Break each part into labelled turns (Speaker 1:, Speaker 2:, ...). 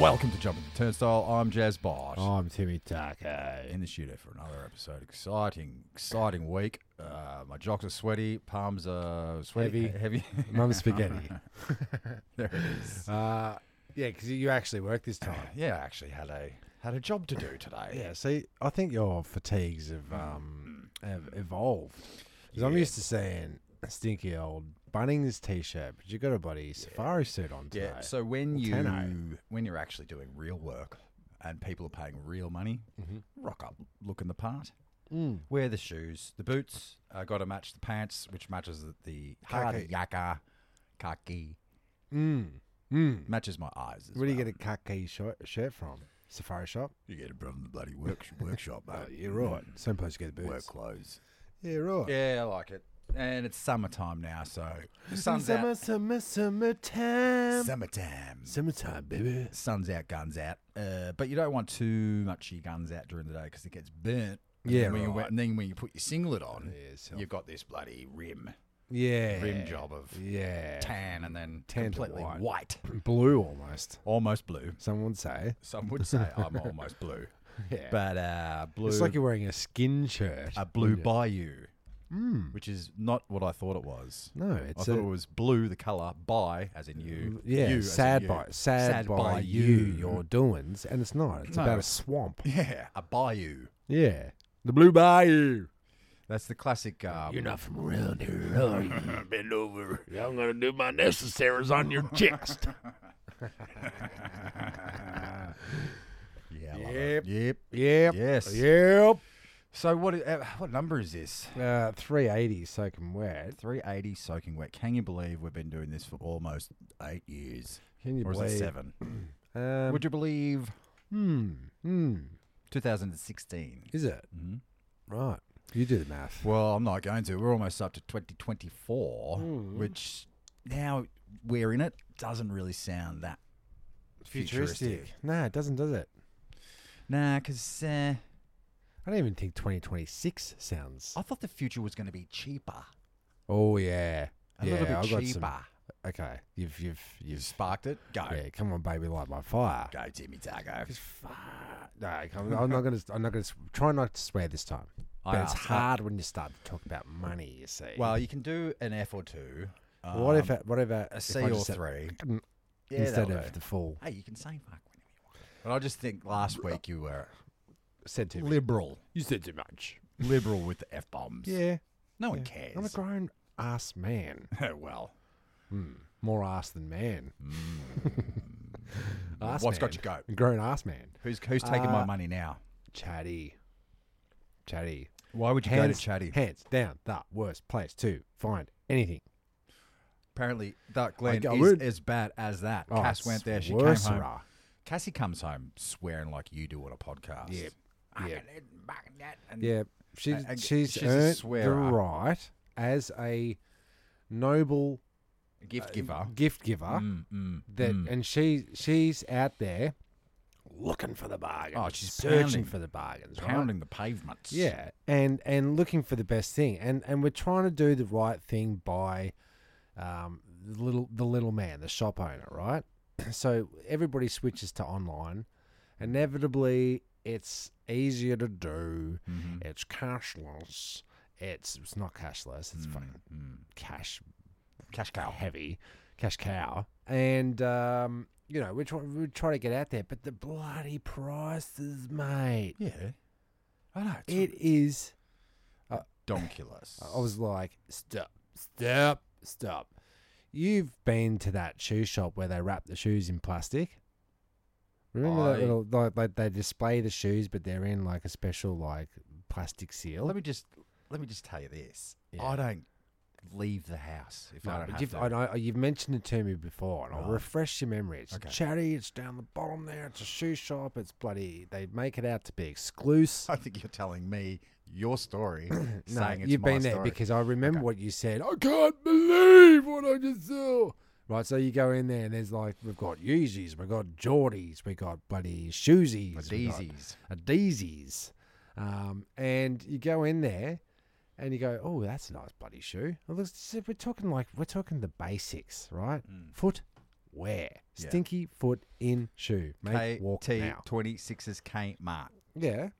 Speaker 1: Welcome to Jumping the Turnstile. I'm Jazz Bosch.
Speaker 2: Oh, I'm Timmy Taco.
Speaker 1: In the studio for another episode. Exciting, exciting week. Uh, my jocks are sweaty, palms are sweaty,
Speaker 2: Heavy.
Speaker 1: heavy.
Speaker 2: Mum's spaghetti.
Speaker 1: there it is.
Speaker 2: uh, yeah, because you actually work this time.
Speaker 1: Yeah, I actually had a had a job to do today.
Speaker 2: Yeah, see, I think your fatigues have um have evolved. 'Cause I'm
Speaker 1: Yeah.
Speaker 2: used to seeing a stinky old Bunnings t-shirt, but you got a bloody safari suit on today.
Speaker 1: Yeah. So when you
Speaker 2: Tenno.
Speaker 1: when you're actually doing real work and people are paying real money,
Speaker 2: Mm-hmm.
Speaker 1: rock up, look in the part.
Speaker 2: Mm.
Speaker 1: Wear the shoes, the boots. I got to match the pants, which matches the, the
Speaker 2: Khaki.
Speaker 1: hard yaka, khaki.
Speaker 2: Mm. Mm.
Speaker 1: Matches my eyes. As
Speaker 2: Where do you
Speaker 1: well.
Speaker 2: get a khaki shirt, shirt from? Safari shop?
Speaker 1: You get it from the bloody work, workshop, mate.
Speaker 2: you're right. Same place you get the
Speaker 1: Work
Speaker 2: boots.
Speaker 1: clothes.
Speaker 2: Yeah, right.
Speaker 1: Yeah, I like it. And it's summertime now, so the sun's
Speaker 2: summer,
Speaker 1: out.
Speaker 2: summer, summertime.
Speaker 1: Summertime.
Speaker 2: summertime, baby.
Speaker 1: Sun's out, guns out. Uh, but you don't want too much of your guns out during the day because it gets burnt. And
Speaker 2: Yeah,
Speaker 1: then when you,
Speaker 2: right.
Speaker 1: and then when you put your singlet on,
Speaker 2: Yeah, so-
Speaker 1: you've got this bloody rim,
Speaker 2: yeah.
Speaker 1: rim job of
Speaker 2: Yeah.
Speaker 1: tan and then
Speaker 2: Tan to
Speaker 1: completely
Speaker 2: white.
Speaker 1: white.
Speaker 2: Blue almost.
Speaker 1: almost blue.
Speaker 2: Some would say.
Speaker 1: Some would say I'm almost blue,
Speaker 2: Yeah. But
Speaker 1: but uh, blue.
Speaker 2: it's like you're wearing a skin shirt.
Speaker 1: a blue bayou,
Speaker 2: Mm.
Speaker 1: which is not what I thought it was.
Speaker 2: No,
Speaker 1: I
Speaker 2: it's
Speaker 1: thought
Speaker 2: a
Speaker 1: it was blue, the color by, as in you.
Speaker 2: Mm, yeah,
Speaker 1: you, as in
Speaker 2: sad
Speaker 1: you.
Speaker 2: by sad, by, you, your doings, and it's not. It's
Speaker 1: No.
Speaker 2: about a swamp.
Speaker 1: yeah, a bayou.
Speaker 2: Yeah, the blue bayou.
Speaker 1: That's the classic. Um,
Speaker 2: You're not from around here, are you?
Speaker 3: Bend over. I'm gonna do my necessaries on your chest.
Speaker 1: Yeah. I love it. Yep.
Speaker 2: yep.
Speaker 1: Yes.
Speaker 2: Yep.
Speaker 1: So what? Uh, what number is this?
Speaker 2: Uh, Three eighty soaking wet.
Speaker 1: 380 soaking wet. Can you believe we've been doing this for almost eight years?
Speaker 2: Can you
Speaker 1: Or is
Speaker 2: believe?
Speaker 1: it seven?
Speaker 2: Um,
Speaker 1: Would you believe
Speaker 2: hmm. Hmm.
Speaker 1: 2016?
Speaker 2: Is it
Speaker 1: Mhm.
Speaker 2: right? You do the math.
Speaker 1: Well, I'm not going to. We're almost up to 2024, which now we're in it doesn't really sound that futuristic.
Speaker 2: No, it doesn't, does it?
Speaker 1: Nah, because uh,
Speaker 2: I don't even think 2026 sounds.
Speaker 1: I thought the future was going to be cheaper.
Speaker 2: Oh yeah,
Speaker 1: A
Speaker 2: yeah,
Speaker 1: little bit
Speaker 2: I got
Speaker 1: cheaper.
Speaker 2: Some, okay, you've you've
Speaker 1: You
Speaker 2: you've.
Speaker 1: sparked it. Go,
Speaker 2: Yeah, come on, baby, light my fire.
Speaker 1: go, Timmy Taco.
Speaker 2: No, I'm, I'm not gonna. I'm not gonna s- try not to swear this time.
Speaker 1: I
Speaker 2: But it's
Speaker 1: asked that.
Speaker 2: hard when you start to talk about money. You see.
Speaker 1: Well, you can do an F or two. Um,
Speaker 2: what if I- what if I- if I
Speaker 1: a C or
Speaker 2: just said
Speaker 1: three
Speaker 2: mm,
Speaker 1: Yeah,
Speaker 2: instead
Speaker 1: that'll
Speaker 2: of
Speaker 1: do.
Speaker 2: the full
Speaker 1: Hey, you can say fuck whenever you want. But I just think last week you were
Speaker 2: said too much.
Speaker 1: liberal,
Speaker 2: You said too much.
Speaker 1: liberal with the f bombs.
Speaker 2: Yeah,
Speaker 1: no one
Speaker 2: yeah.
Speaker 1: cares. Oh,
Speaker 2: I'm a grown ass man.
Speaker 1: well,
Speaker 2: More ass than man. ass
Speaker 1: Mm. What's
Speaker 2: man.
Speaker 1: got your goat?
Speaker 2: Grown ass man.
Speaker 1: Who's who's taking my
Speaker 2: Uh,
Speaker 1: money now?
Speaker 2: Chatty. Chatty.
Speaker 1: Why would you
Speaker 2: Hands,
Speaker 1: go to Chatty?
Speaker 2: hands down the worst place to find anything.
Speaker 1: Apparently, that Glen
Speaker 2: I
Speaker 1: is
Speaker 2: would-
Speaker 1: as bad as that.
Speaker 2: Oh,
Speaker 1: Cass
Speaker 2: it's
Speaker 1: went there. She
Speaker 2: worse,
Speaker 1: came home.
Speaker 2: rah.
Speaker 1: Cassie comes home swearing like you do on a podcast.
Speaker 2: Yep,
Speaker 1: I
Speaker 2: yep.
Speaker 1: can eat back and that and-
Speaker 2: Yeah, she's
Speaker 1: I- I-
Speaker 2: she's,
Speaker 1: she's a
Speaker 2: earned the
Speaker 1: swearer.
Speaker 2: right as a noble
Speaker 1: Gift giver.
Speaker 2: gift giver
Speaker 1: Mm, mm.
Speaker 2: Uh, that, and she she's out there looking for the bargain.
Speaker 1: Oh, she's
Speaker 2: searching
Speaker 1: pounding-
Speaker 2: for the bargains, right?
Speaker 1: Pounding the pavements.
Speaker 2: Yeah, and and looking for the best thing, and and we're trying to do the right thing by, um, the little the little man, the shop owner, right? So everybody switches to online. Inevitably, it's easier to do.
Speaker 1: Mm-hmm.
Speaker 2: It's cashless. It's it's not cashless.
Speaker 1: Mm,
Speaker 2: It's fucking cash
Speaker 1: Cash cow.
Speaker 2: heavy, cash cow, and um, you know we try we try to get out there, but the bloody prices, mate.
Speaker 1: Yeah. I know. It's
Speaker 2: It is
Speaker 1: ridiculous.
Speaker 2: I was like, stop, stop, stop. You've been to that shoe shop where they wrap the shoes in plastic. Remember
Speaker 1: I-
Speaker 2: that little like, like they display the shoes, but they're in like a special like plastic seal.
Speaker 1: Let me just let me just tell you this.
Speaker 2: Yeah.
Speaker 1: I don't leave the house if
Speaker 2: No,
Speaker 1: I don't
Speaker 2: but
Speaker 1: have
Speaker 2: you've,
Speaker 1: to.
Speaker 2: I know, you've mentioned it to me before, and I'll
Speaker 1: Right.
Speaker 2: refresh your memory. It's
Speaker 1: Okay.
Speaker 2: chatty. It's down the bottom there. It's a shoe shop. It's bloody. They make it out to be exclusive.
Speaker 1: I think you're telling me your story,
Speaker 2: No,
Speaker 1: saying it's
Speaker 2: you've
Speaker 1: my
Speaker 2: been there
Speaker 1: story.
Speaker 2: because I remember what you said. I can't believe what I just saw. Right, so you go in there and there's like we've got Yeezys, we've got Geordies, we've got bloody Shoesies, we've got
Speaker 1: Daisies.
Speaker 2: a Deezies, um, and you go in there and you go, oh, that's a nice bloody shoe. Well, let's- so we're talking like we're talking the basics, right? Foot, wear.
Speaker 1: Mm. Yeah.
Speaker 2: Stinky foot in shoe. Mate, walk now.
Speaker 1: KT26's K Mark.
Speaker 2: Yeah,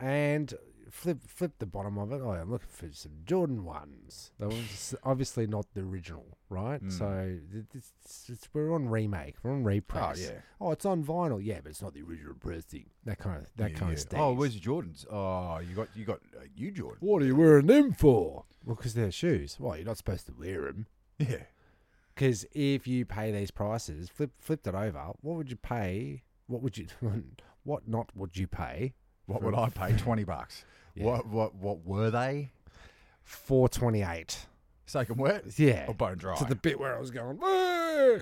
Speaker 2: and flip flip the bottom of it. Oh, I'm looking for some Jordan ones. That was obviously not the original, right? So th- this- it's, it's, we're on remake. We're on repress.
Speaker 1: Hmm. yeah.
Speaker 2: Oh, it's on vinyl. Yeah, but it's not the original pressing. That kind of that kind of stuff.
Speaker 1: Oh, where's your Jordans? Oh, you got you got uh, you Jordan.
Speaker 2: what are you wearing them for? Well, because they're shoes. Well, you're not supposed to wear them.
Speaker 1: Yeah.
Speaker 2: Because if you pay these prices, flip flipped it over. What would you pay? What would you? What not would you pay?
Speaker 1: What would I pay? Twenty bucks. What what what were they?
Speaker 2: Four twenty eight.
Speaker 1: Soak and wet.
Speaker 2: Yeah.
Speaker 1: Or bone dry.
Speaker 2: to the bit where I was going. "Whoa!"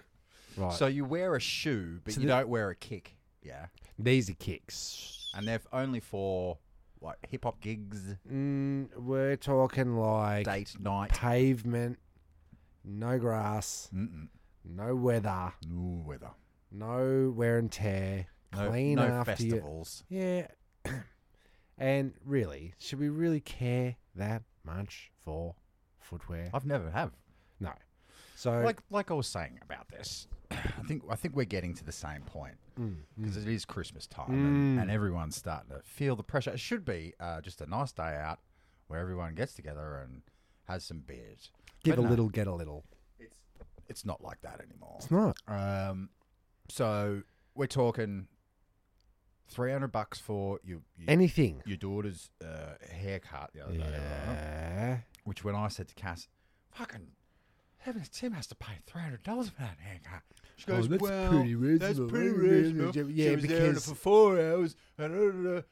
Speaker 2: Right.
Speaker 1: so you wear a shoe, but
Speaker 2: So
Speaker 1: you
Speaker 2: the-
Speaker 1: don't wear a kick. Yeah.
Speaker 2: these are kicks.
Speaker 1: And they're only for what hip hop gigs,
Speaker 2: Mm, we're talking like
Speaker 1: date night.
Speaker 2: pavement, no grass,
Speaker 1: Mm-mm.
Speaker 2: no weather,
Speaker 1: No weather.
Speaker 2: no wear and tear,
Speaker 1: No,
Speaker 2: clean
Speaker 1: no
Speaker 2: after
Speaker 1: festivals.
Speaker 2: you. Yeah. and really, should we really care that much for footwear?
Speaker 1: I've never have.
Speaker 2: No. So
Speaker 1: Like like I was saying about this, I think I think we're getting to the same point
Speaker 2: mm,
Speaker 1: because it is Christmas time and, and everyone's starting to feel the pressure. It should be uh, just a nice day out where everyone gets together and has some beers.
Speaker 2: give
Speaker 1: But
Speaker 2: a
Speaker 1: no,
Speaker 2: little, get a little.
Speaker 1: It's it's not like that anymore.
Speaker 2: It's not.
Speaker 1: Um, so we're talking three hundred bucks for your your,
Speaker 2: Anything.
Speaker 1: your daughter's uh, haircut the other day. right?
Speaker 2: Yeah.
Speaker 1: Which when I said to Cass, fucking heavens, Tim has to pay three hundred dollars for that haircut. She
Speaker 2: Oh,
Speaker 1: goes,
Speaker 2: that's
Speaker 1: well,
Speaker 2: pretty
Speaker 1: That's
Speaker 2: reasonable,
Speaker 1: pretty
Speaker 2: eh?
Speaker 1: reasonable.
Speaker 2: Yeah,
Speaker 1: she was there
Speaker 2: because-
Speaker 1: for four hours. And da, da, da.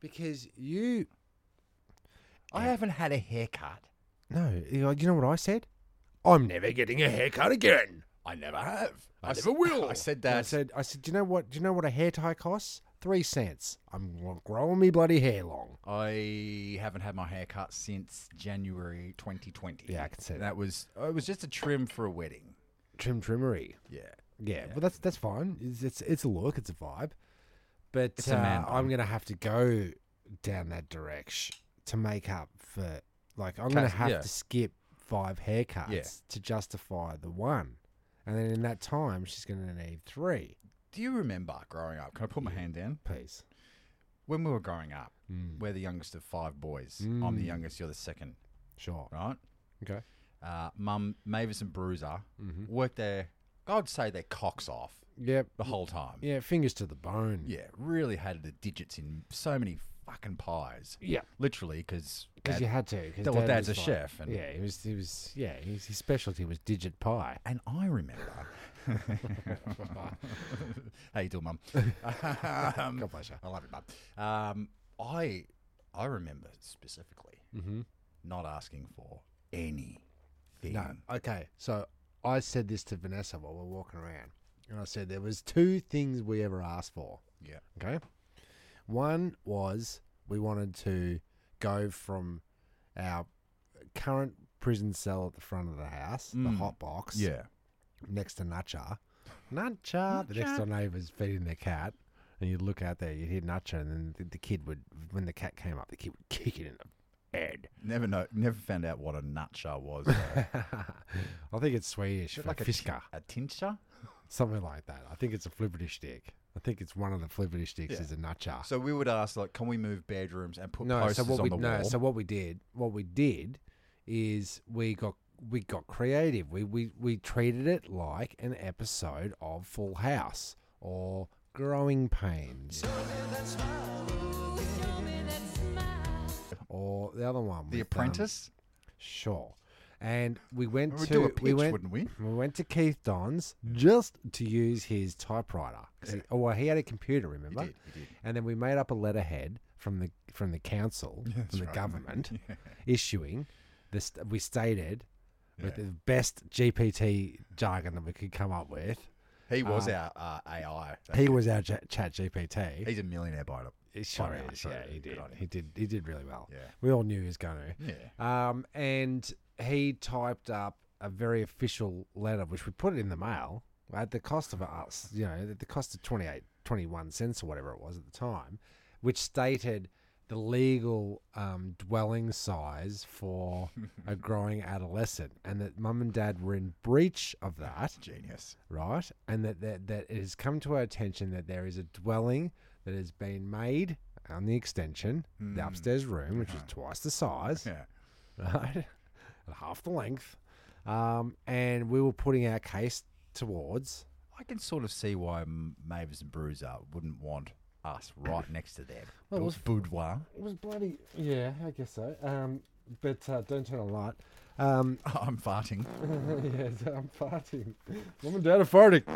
Speaker 2: Because you
Speaker 1: I haven't had a haircut.
Speaker 2: No, you know you know what I said? I'm never getting a haircut again.
Speaker 1: I never have. I,
Speaker 2: never
Speaker 1: s-
Speaker 2: will.
Speaker 1: I said
Speaker 2: And
Speaker 1: that.
Speaker 2: I said, I said, do you know what? Do you know what a hair tie costs? Three cents. I'm gro- growing me bloody hair long.
Speaker 1: I haven't had my haircut since January 2020.
Speaker 2: Yeah, I can see that.
Speaker 1: That was it was just a trim for a wedding.
Speaker 2: Trim trimmery.
Speaker 1: Yeah.
Speaker 2: Yeah, well, that's that's fine. It's it's, it's a look. It's a vibe. But
Speaker 1: a
Speaker 2: uh,
Speaker 1: man
Speaker 2: I'm gonna have to go down that direction to make up for. Like, I'm gonna
Speaker 1: Cas-
Speaker 2: have
Speaker 1: yeah.
Speaker 2: to skip five haircuts to justify the one, and then in that time, she's gonna need three.
Speaker 1: Do you remember growing up? Can I put my hand down?
Speaker 2: Please.
Speaker 1: When we were growing up,
Speaker 2: Mm.
Speaker 1: we're the youngest of five boys. I'm the youngest, you're the second,
Speaker 2: Sure.
Speaker 1: right?
Speaker 2: Okay.
Speaker 1: uh, Mum, Mavis and Bruiser
Speaker 2: Mm-hmm.
Speaker 1: worked their, I'd say their cocks off
Speaker 2: Yep.
Speaker 1: the whole time.
Speaker 2: Yeah, fingers to the bone.
Speaker 1: Yeah, really had the digits in so many fucking pies.
Speaker 2: Yeah.
Speaker 1: Literally, because
Speaker 2: Because you had to. Cause
Speaker 1: Dad- well,
Speaker 2: Dad
Speaker 1: Dad's
Speaker 2: was
Speaker 1: a
Speaker 2: like-
Speaker 1: chef and-
Speaker 2: yeah, he was. He was. Yeah, his, his specialty was digit pie.
Speaker 1: and I remember. How you doing, Mum? Um,
Speaker 2: God bless you.
Speaker 1: I love it, Mum. Um, I I remember specifically
Speaker 2: Mm-hmm.
Speaker 1: not asking for anything.
Speaker 2: Okay, so I said this to Vanessa while we're walking around, and I said there was two things we ever asked for.
Speaker 1: Yeah.
Speaker 2: Okay. One was we wanted to go from our current prison cell at the front of the house, the hot box,
Speaker 1: Mm. Yeah.
Speaker 2: next to Nacha. Nacha, the next door neighbour's feeding their cat, and you'd look out there, you'd hear Nacha, and then the, the kid would, when the cat came up, the kid would kick it in the head.
Speaker 1: Never know. Never found out what a nutshell was. though.
Speaker 2: I think it's Swedish for
Speaker 1: like a
Speaker 2: fisker,
Speaker 1: a tincture.
Speaker 2: something like that. I think it's a flippity stick. I think it's one of the flippity sticks is a Nacha.
Speaker 1: So we would ask, like, can we move bedrooms and put
Speaker 2: no, so
Speaker 1: posters
Speaker 2: what
Speaker 1: on
Speaker 2: we
Speaker 1: the
Speaker 2: no,
Speaker 1: wall?
Speaker 2: so what we did, what we did, is we got we got creative. We we we treated it like an episode of Full House or Growing Pains. Or the other one,
Speaker 1: the
Speaker 2: with, um,
Speaker 1: Apprentice.
Speaker 2: sure. And we went
Speaker 1: we would
Speaker 2: to
Speaker 1: do a pitch,
Speaker 2: we went
Speaker 1: wouldn't we?
Speaker 2: we went to Keith Don's just to use his typewriter. 'Cause He, oh, well, he had a computer, remember?
Speaker 1: did, he did.
Speaker 2: And then we made up a letterhead from the from the council, from the government, issuing this. We stated with the best GPT jargon that we could come up with.
Speaker 1: He was our uh, AI.
Speaker 2: He was our ch- Chat GPT.
Speaker 1: He's a millionaire by the
Speaker 2: It sure
Speaker 1: Fine,
Speaker 2: is.
Speaker 1: fine,
Speaker 2: Yeah, he
Speaker 1: Oh, good
Speaker 2: did.
Speaker 1: on him.
Speaker 2: He did. He did really well.
Speaker 1: Yeah.
Speaker 2: we all knew he was going to.
Speaker 1: Yeah.
Speaker 2: Um, and he typed up a very official letter, which we put it in the mail at the cost of uh, us, you know, at the cost of 28, 21 cents or whatever it was at the time, which stated the legal um, dwelling size for a growing adolescent, and that mum and dad were in breach of that,
Speaker 1: Genius.
Speaker 2: right? And that, that, that it has come to our attention that there is a dwelling that has been made on the extension,
Speaker 1: Hmm.
Speaker 2: the upstairs room, which is twice the size
Speaker 1: Yeah.
Speaker 2: right? At half the length. Um, and we were putting our case towards.
Speaker 1: I can sort of see why M- Mavis and Bruiser wouldn't want us right next to them.
Speaker 2: Well, it was-
Speaker 1: boudoir.
Speaker 2: It was bloody. Yeah, I guess so. Um, but uh, don't turn on the light. Um,
Speaker 1: I'm farting.
Speaker 2: yes, I'm farting. Mom and dad are farting.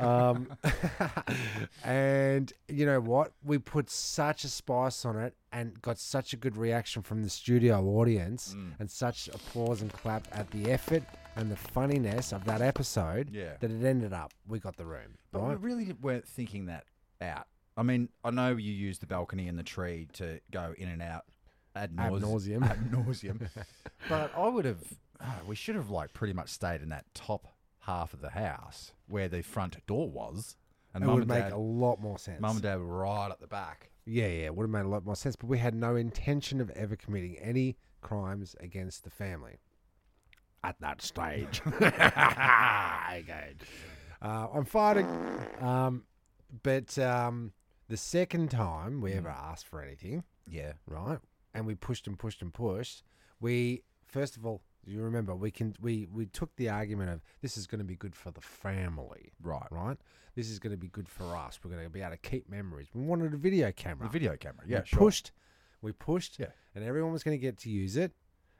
Speaker 2: Um, and you know what? We put such a spice on it and got such a good reaction from the studio audience
Speaker 1: Mm.
Speaker 2: and such applause and clap at the effort and the funniness of that episode
Speaker 1: Yeah.
Speaker 2: that it ended up we got the room.
Speaker 1: But
Speaker 2: right?
Speaker 1: we really weren't thinking that out. I mean, I know you use the balcony and the tree to go in and out ad
Speaker 2: Ad
Speaker 1: naus-
Speaker 2: nauseam.
Speaker 1: ad nauseam. but I would have, ah, we should have like pretty much stayed in that top half of the house where the front door was, and
Speaker 2: It
Speaker 1: mum
Speaker 2: would
Speaker 1: and
Speaker 2: make
Speaker 1: dad,
Speaker 2: a lot more sense.
Speaker 1: mum and dad were right at the back.
Speaker 2: Yeah, yeah, it would have made a lot more sense. But we had no intention of ever committing any crimes against the family at that stage. okay. uh, I'm fighting. Um, but um, the second time we
Speaker 1: Mm.
Speaker 2: ever asked for anything,
Speaker 1: Yeah,
Speaker 2: right? And we pushed and pushed and pushed. We first of all, you remember we can we we took the argument of this is going to be good for the family,
Speaker 1: right.
Speaker 2: right? This is going to be good for us. We're going to be able to keep memories. We wanted a video camera.
Speaker 1: The video camera. Yeah,
Speaker 2: we
Speaker 1: sure.
Speaker 2: pushed, we pushed,
Speaker 1: Yeah.
Speaker 2: and everyone was going to get to use it,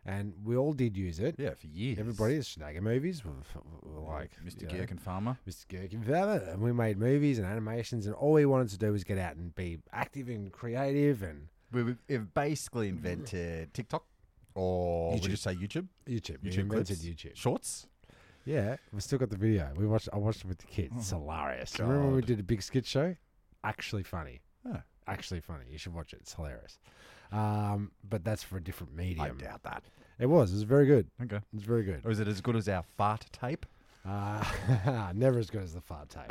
Speaker 2: and we all did use it.
Speaker 1: Yeah, for years.
Speaker 2: Everybody, the Snagger movies were, f- were like you
Speaker 1: Mr.
Speaker 2: know,
Speaker 1: Gherkin Farmer.
Speaker 2: Mr. Gherkin, Feather, and we made movies and animations, and all we wanted to do was get out and be active and creative and
Speaker 1: We we- we've basically invented TikTok, or would you
Speaker 2: YouTube.
Speaker 1: say YouTube?
Speaker 2: YouTube.
Speaker 1: YouTube
Speaker 2: we invented
Speaker 1: clips?
Speaker 2: YouTube.
Speaker 1: Shorts.
Speaker 2: Yeah, we still got the video. We watched. I watched it with the kids. It's hilarious. Remember when we
Speaker 1: Mm. God.
Speaker 2: did a big skit show? Actually funny.
Speaker 1: Huh.
Speaker 2: Actually funny. You should watch it. It's hilarious. Um, but that's for a different medium.
Speaker 1: I doubt that.
Speaker 2: It was. It was very good.
Speaker 1: Okay.
Speaker 2: It was very good.
Speaker 1: Or is it as good as our fart tape?
Speaker 2: Uh, never as good as the fart tape.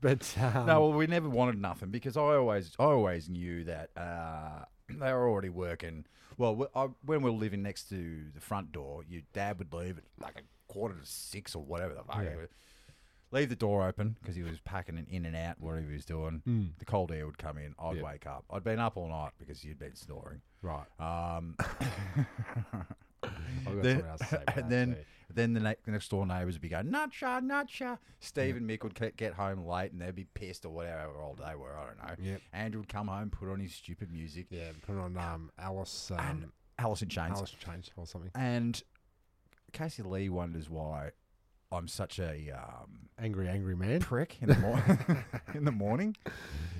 Speaker 2: But um,
Speaker 1: No, well, we never wanted nothing because I always, I always knew that uh, they were already working. Well, wh- I, when we were living next to the front door, your dad would leave at like a quarter to six or whatever the fuck. it was. Leave the door open because he was packing it in and out, whatever he was doing.
Speaker 2: mm,
Speaker 1: The cold air would come in. I'd
Speaker 2: Yeah.
Speaker 1: wake up. I'd been up all night because you'd been snoring.
Speaker 2: right.
Speaker 1: Um,
Speaker 2: I've got
Speaker 1: then,
Speaker 2: something else to say. about that
Speaker 1: and then,
Speaker 2: too.
Speaker 1: then the, ne- the next door neighbours would be going, Nutcha, Nutcha. Steve and Mick would get- get home late and they'd be pissed or whatever all day were. I don't know.
Speaker 2: Yep.
Speaker 1: Andrew would come home, put on his stupid music.
Speaker 2: yeah, put on um, Alice.
Speaker 1: And
Speaker 2: Um,
Speaker 1: Alice in Chains.
Speaker 2: Alice Change or something.
Speaker 1: And Casey Lee wonders why I'm such a um,
Speaker 2: Angry, angry man.
Speaker 1: prick in the, mor- in the morning.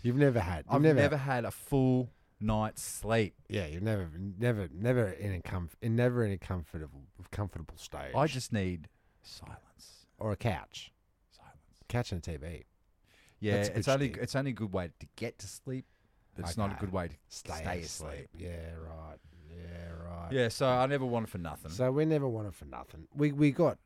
Speaker 2: You've never had. You've
Speaker 1: I've
Speaker 2: never.
Speaker 1: never, had a full night's sleep.
Speaker 2: Yeah, you've never, never, never in a comf- in never in a comfortable, comfortable stage.
Speaker 1: I just need silence.
Speaker 2: or a couch,
Speaker 1: Silence.
Speaker 2: couch and a TV.
Speaker 1: Yeah,
Speaker 2: That's a good
Speaker 1: it's only
Speaker 2: shtick.
Speaker 1: it's only a good way to get to sleep, but it's not a
Speaker 2: Okay.
Speaker 1: good way to
Speaker 2: Stay, asleep. Yeah, right. Yeah, right.
Speaker 1: Yeah, so I never wanted for nothing.
Speaker 2: So we never wanted for nothing. We we got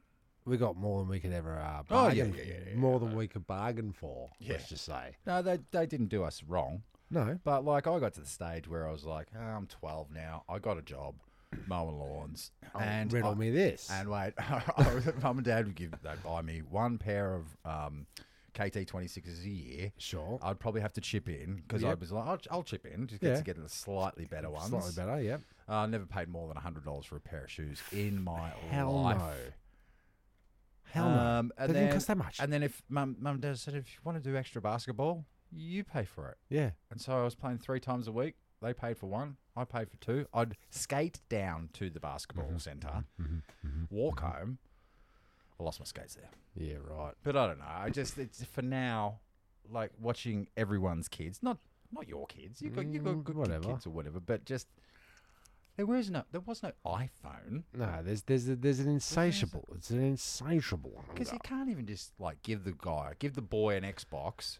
Speaker 2: we got more than we could ever uh,
Speaker 1: Oh, yeah,
Speaker 2: bargain.
Speaker 1: yeah, yeah, yeah,
Speaker 2: more than we could bargain for.
Speaker 1: Yeah.
Speaker 2: Let's just say
Speaker 1: no, they they didn't do us wrong,
Speaker 2: no.
Speaker 1: but like I got to the stage where I was like, "Ah, I'm 12 now. I got a job, mowing lawns, and
Speaker 2: riddle
Speaker 1: I-
Speaker 2: Oh, me this.
Speaker 1: And wait, I was- mum and dad would give they buy me one pair of um, KT 26s a year.
Speaker 2: sure,
Speaker 1: I'd probably have to chip in because I
Speaker 2: Yep.
Speaker 1: was like, I'll, I'll chip in just get
Speaker 2: Yeah.
Speaker 1: to get the slightly better ones.
Speaker 2: slightly better. Yep.
Speaker 1: Uh, I never paid more than hundred dollars for a pair of shoes in my
Speaker 2: Hell
Speaker 1: life.
Speaker 2: no. Hell no.
Speaker 1: Um, and
Speaker 2: They didn't
Speaker 1: then-
Speaker 2: cost that much.
Speaker 1: And then if mum, mum and dad said, if you want to do extra basketball, you pay for it.
Speaker 2: yeah.
Speaker 1: And so I was playing three times a week. They paid for one. I paid for two. I'd skate down to the basketball
Speaker 2: Mm-hmm.
Speaker 1: center Mm-hmm, walk home. I lost my skates there,
Speaker 2: Yeah. Right.
Speaker 1: but I don't know. I just it's for now, like watching everyone's kids, not not your kids. You got you got
Speaker 2: Mm,
Speaker 1: good
Speaker 2: whatever.
Speaker 1: kids or whatever, but just there was no there was no iPhone.
Speaker 2: No. There's there's a, there's an insatiable. It's an insatiable.
Speaker 1: Because
Speaker 2: hunger.
Speaker 1: you can't even just like give the guy, give the boy an Xbox,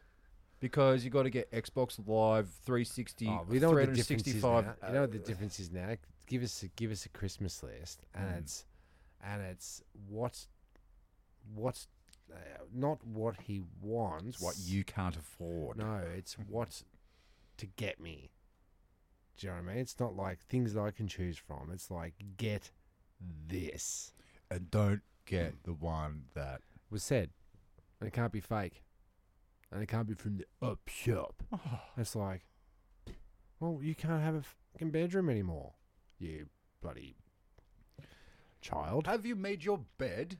Speaker 1: because you got to get Xbox Live 360,
Speaker 2: Oh, we know what the difference is now.
Speaker 1: 365.
Speaker 2: you know what the difference is now. Give us a, give us a Christmas list, and it's and it's what what uh, not what he
Speaker 1: uh,
Speaker 2: wants.
Speaker 1: what you can't afford.
Speaker 2: no, it's what to get me. Do you know what I mean? It's not like things that I can choose from. It's like get this
Speaker 1: and don't get the one that.
Speaker 2: was said, and it can't be fake, and it can't be from the up shop. It's like, well, you can't have a fucking bedroom anymore, you bloody child.
Speaker 1: Have you made your bed?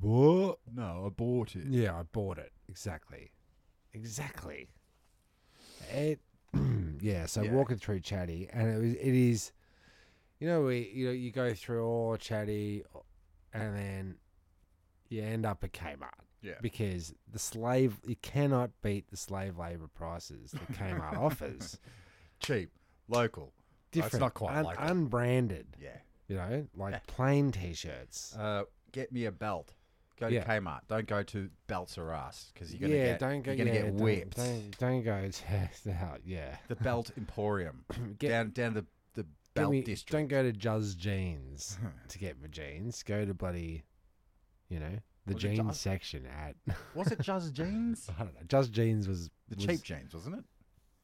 Speaker 2: What?
Speaker 1: No, I bought it.
Speaker 2: Yeah, I bought it. Exactly. Exactly. It. yeah. So
Speaker 1: Yeah.
Speaker 2: walking through Chatty, and it was. It is. You know, we you know you go through all Chatty, and then you end up at Kmart
Speaker 1: Yeah.
Speaker 2: because the slave you cannot beat the slave labor prices that Kmart offers.
Speaker 1: Cheap, local. Well, it's
Speaker 2: Different,
Speaker 1: not quite
Speaker 2: un-
Speaker 1: like that.
Speaker 2: unbranded.
Speaker 1: Yeah.
Speaker 2: You know, like
Speaker 1: Yeah.
Speaker 2: plain t-shirts.
Speaker 1: Uh, get me a belt. Go
Speaker 2: Yeah.
Speaker 1: to Kmart. Don't go to Belts or Us because you're gonna
Speaker 2: yeah,
Speaker 1: get
Speaker 2: don't go.
Speaker 1: you're gonna
Speaker 2: yeah,
Speaker 1: get
Speaker 2: don't-
Speaker 1: whipped.
Speaker 2: Don't, don't go to hell. Yeah,
Speaker 1: The Belt Emporium
Speaker 2: Get-
Speaker 1: down down the the
Speaker 2: Give
Speaker 1: Belt
Speaker 2: me-
Speaker 1: District.
Speaker 2: Don't go to Juz Jeans to get my jeans. Go to bloody, you know, the
Speaker 1: Was it
Speaker 2: jeans
Speaker 1: Juz?
Speaker 2: section at.
Speaker 1: Was it Just Jeans?
Speaker 2: I don't know. Juz Jeans was
Speaker 1: The
Speaker 2: was-
Speaker 1: cheap jeans, wasn't it?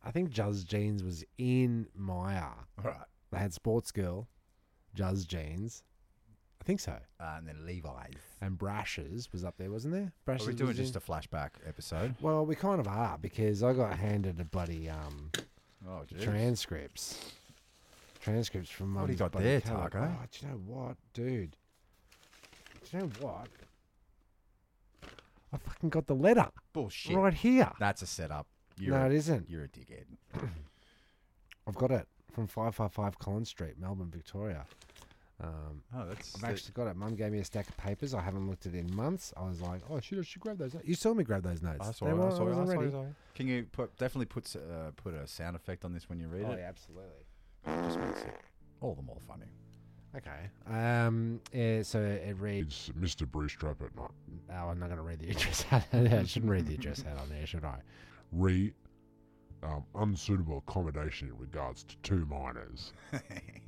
Speaker 2: I think Juz Jeans was in Maya.
Speaker 1: All right.
Speaker 2: They had Sports Girl, Juz Jeans. I think so.
Speaker 1: Uh, and then Levi's.
Speaker 2: And Brashes was up there, wasn't there?
Speaker 1: Are
Speaker 2: Brashes.
Speaker 1: we doing
Speaker 2: was in-
Speaker 1: just a flashback episode?
Speaker 2: Well, we kind of are because I got handed a bloody um,
Speaker 1: Oh, jeez.
Speaker 2: transcripts. Transcripts from
Speaker 1: What do you
Speaker 2: Mum's
Speaker 1: got
Speaker 2: bloody
Speaker 1: there,
Speaker 2: cupboard.
Speaker 1: Tarko?
Speaker 2: Oh, do you know what, dude? Do you know what? I fucking got the letter
Speaker 1: Bullshit.
Speaker 2: right here.
Speaker 1: That's a setup. You're,
Speaker 2: no,
Speaker 1: a,
Speaker 2: it isn't.
Speaker 1: you're a dickhead.
Speaker 2: I've got it from 555 Collins Street, Melbourne, Victoria. Um,
Speaker 1: Oh, that's.
Speaker 2: I've
Speaker 1: that-
Speaker 2: actually got it. Mum gave me a stack of papers. I haven't looked at it in months. I was like, oh, should I should grab those? notes." You saw me grab those notes.
Speaker 1: I saw
Speaker 2: They
Speaker 1: it.
Speaker 2: were-
Speaker 1: I saw it. I
Speaker 2: wasn't
Speaker 1: saw
Speaker 2: ready.
Speaker 1: it. Can you put definitely put s- uh, put a sound effect on this when you read
Speaker 2: Oh,
Speaker 1: it?
Speaker 2: yeah, absolutely.
Speaker 1: Just makes it all the more funny.
Speaker 2: Okay. Um. Yeah, so it reads.
Speaker 3: It's Mr. Bruce Trap at night.
Speaker 2: Oh, I'm not going to read the address out. I shouldn't read the address out on there, should I?
Speaker 3: Re. Um, unsuitable accommodation in regards to two minors.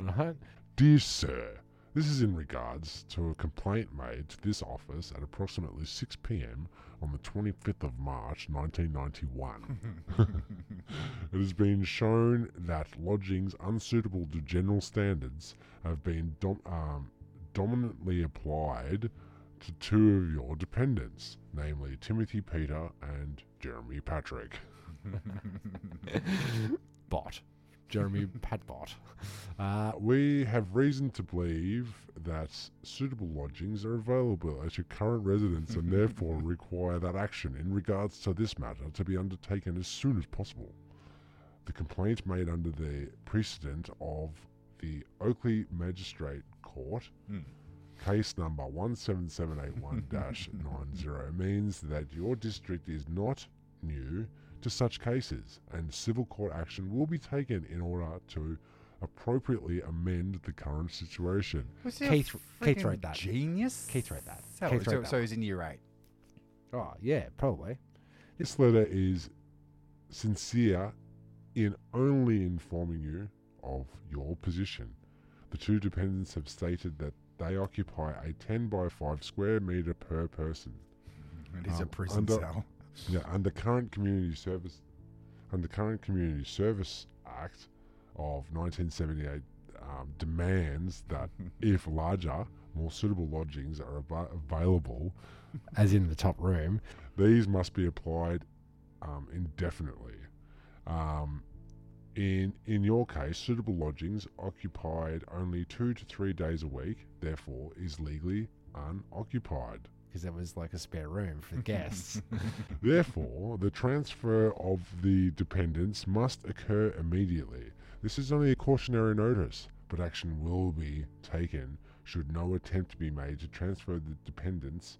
Speaker 2: Right.
Speaker 3: Dear sir, this is in regards to a complaint made to this office at approximately 6 p.m. on the 25th of March 1991. it has been shown that lodgings unsuitable to general standards have been dom- um, dominantly applied to two of your dependents, namely Timothy Peter and Jeremy Patrick.
Speaker 2: Bot. Jeremy Patbot. Uh,
Speaker 3: We have reason to believe that suitable lodgings are available at your current residence and therefore require that action in regards to this matter to be undertaken as soon as possible. The complaint made under the precedent of the Oakley Magistrate Court,
Speaker 1: Hmm.
Speaker 3: case number 17781 90, means that your district is not new to such cases and civil court action will be taken in order to appropriately amend the current situation.
Speaker 1: Was he a
Speaker 2: Keith- Keith
Speaker 1: freaking
Speaker 2: wrote that.
Speaker 1: Genius.
Speaker 2: Keith wrote that.
Speaker 1: So,
Speaker 2: Keith
Speaker 1: so-
Speaker 2: wrote that
Speaker 1: so
Speaker 2: one.
Speaker 1: he's in year eight.
Speaker 2: oh, yeah, probably.
Speaker 3: This letter is sincere in only informing you of your position. The two dependents have stated that they occupy a 10 by 5 square meter per person.
Speaker 2: Mm-hmm.
Speaker 1: It is a
Speaker 3: Um,
Speaker 1: prison
Speaker 3: under-
Speaker 1: cell.
Speaker 3: Yeah, under current community service, under current community service act of 1978 um, demands that if larger, more suitable lodgings are ava- available,
Speaker 2: As in the top room.
Speaker 3: these must be applied um, indefinitely. Um, in in your case, suitable lodgings occupied only two to three days a week, therefore is legally unoccupied.
Speaker 2: Because there was like a spare room for the guests.
Speaker 3: Therefore, the transfer of the dependents must occur immediately. This is only a cautionary notice, but action will be taken should no attempt be made to transfer the dependents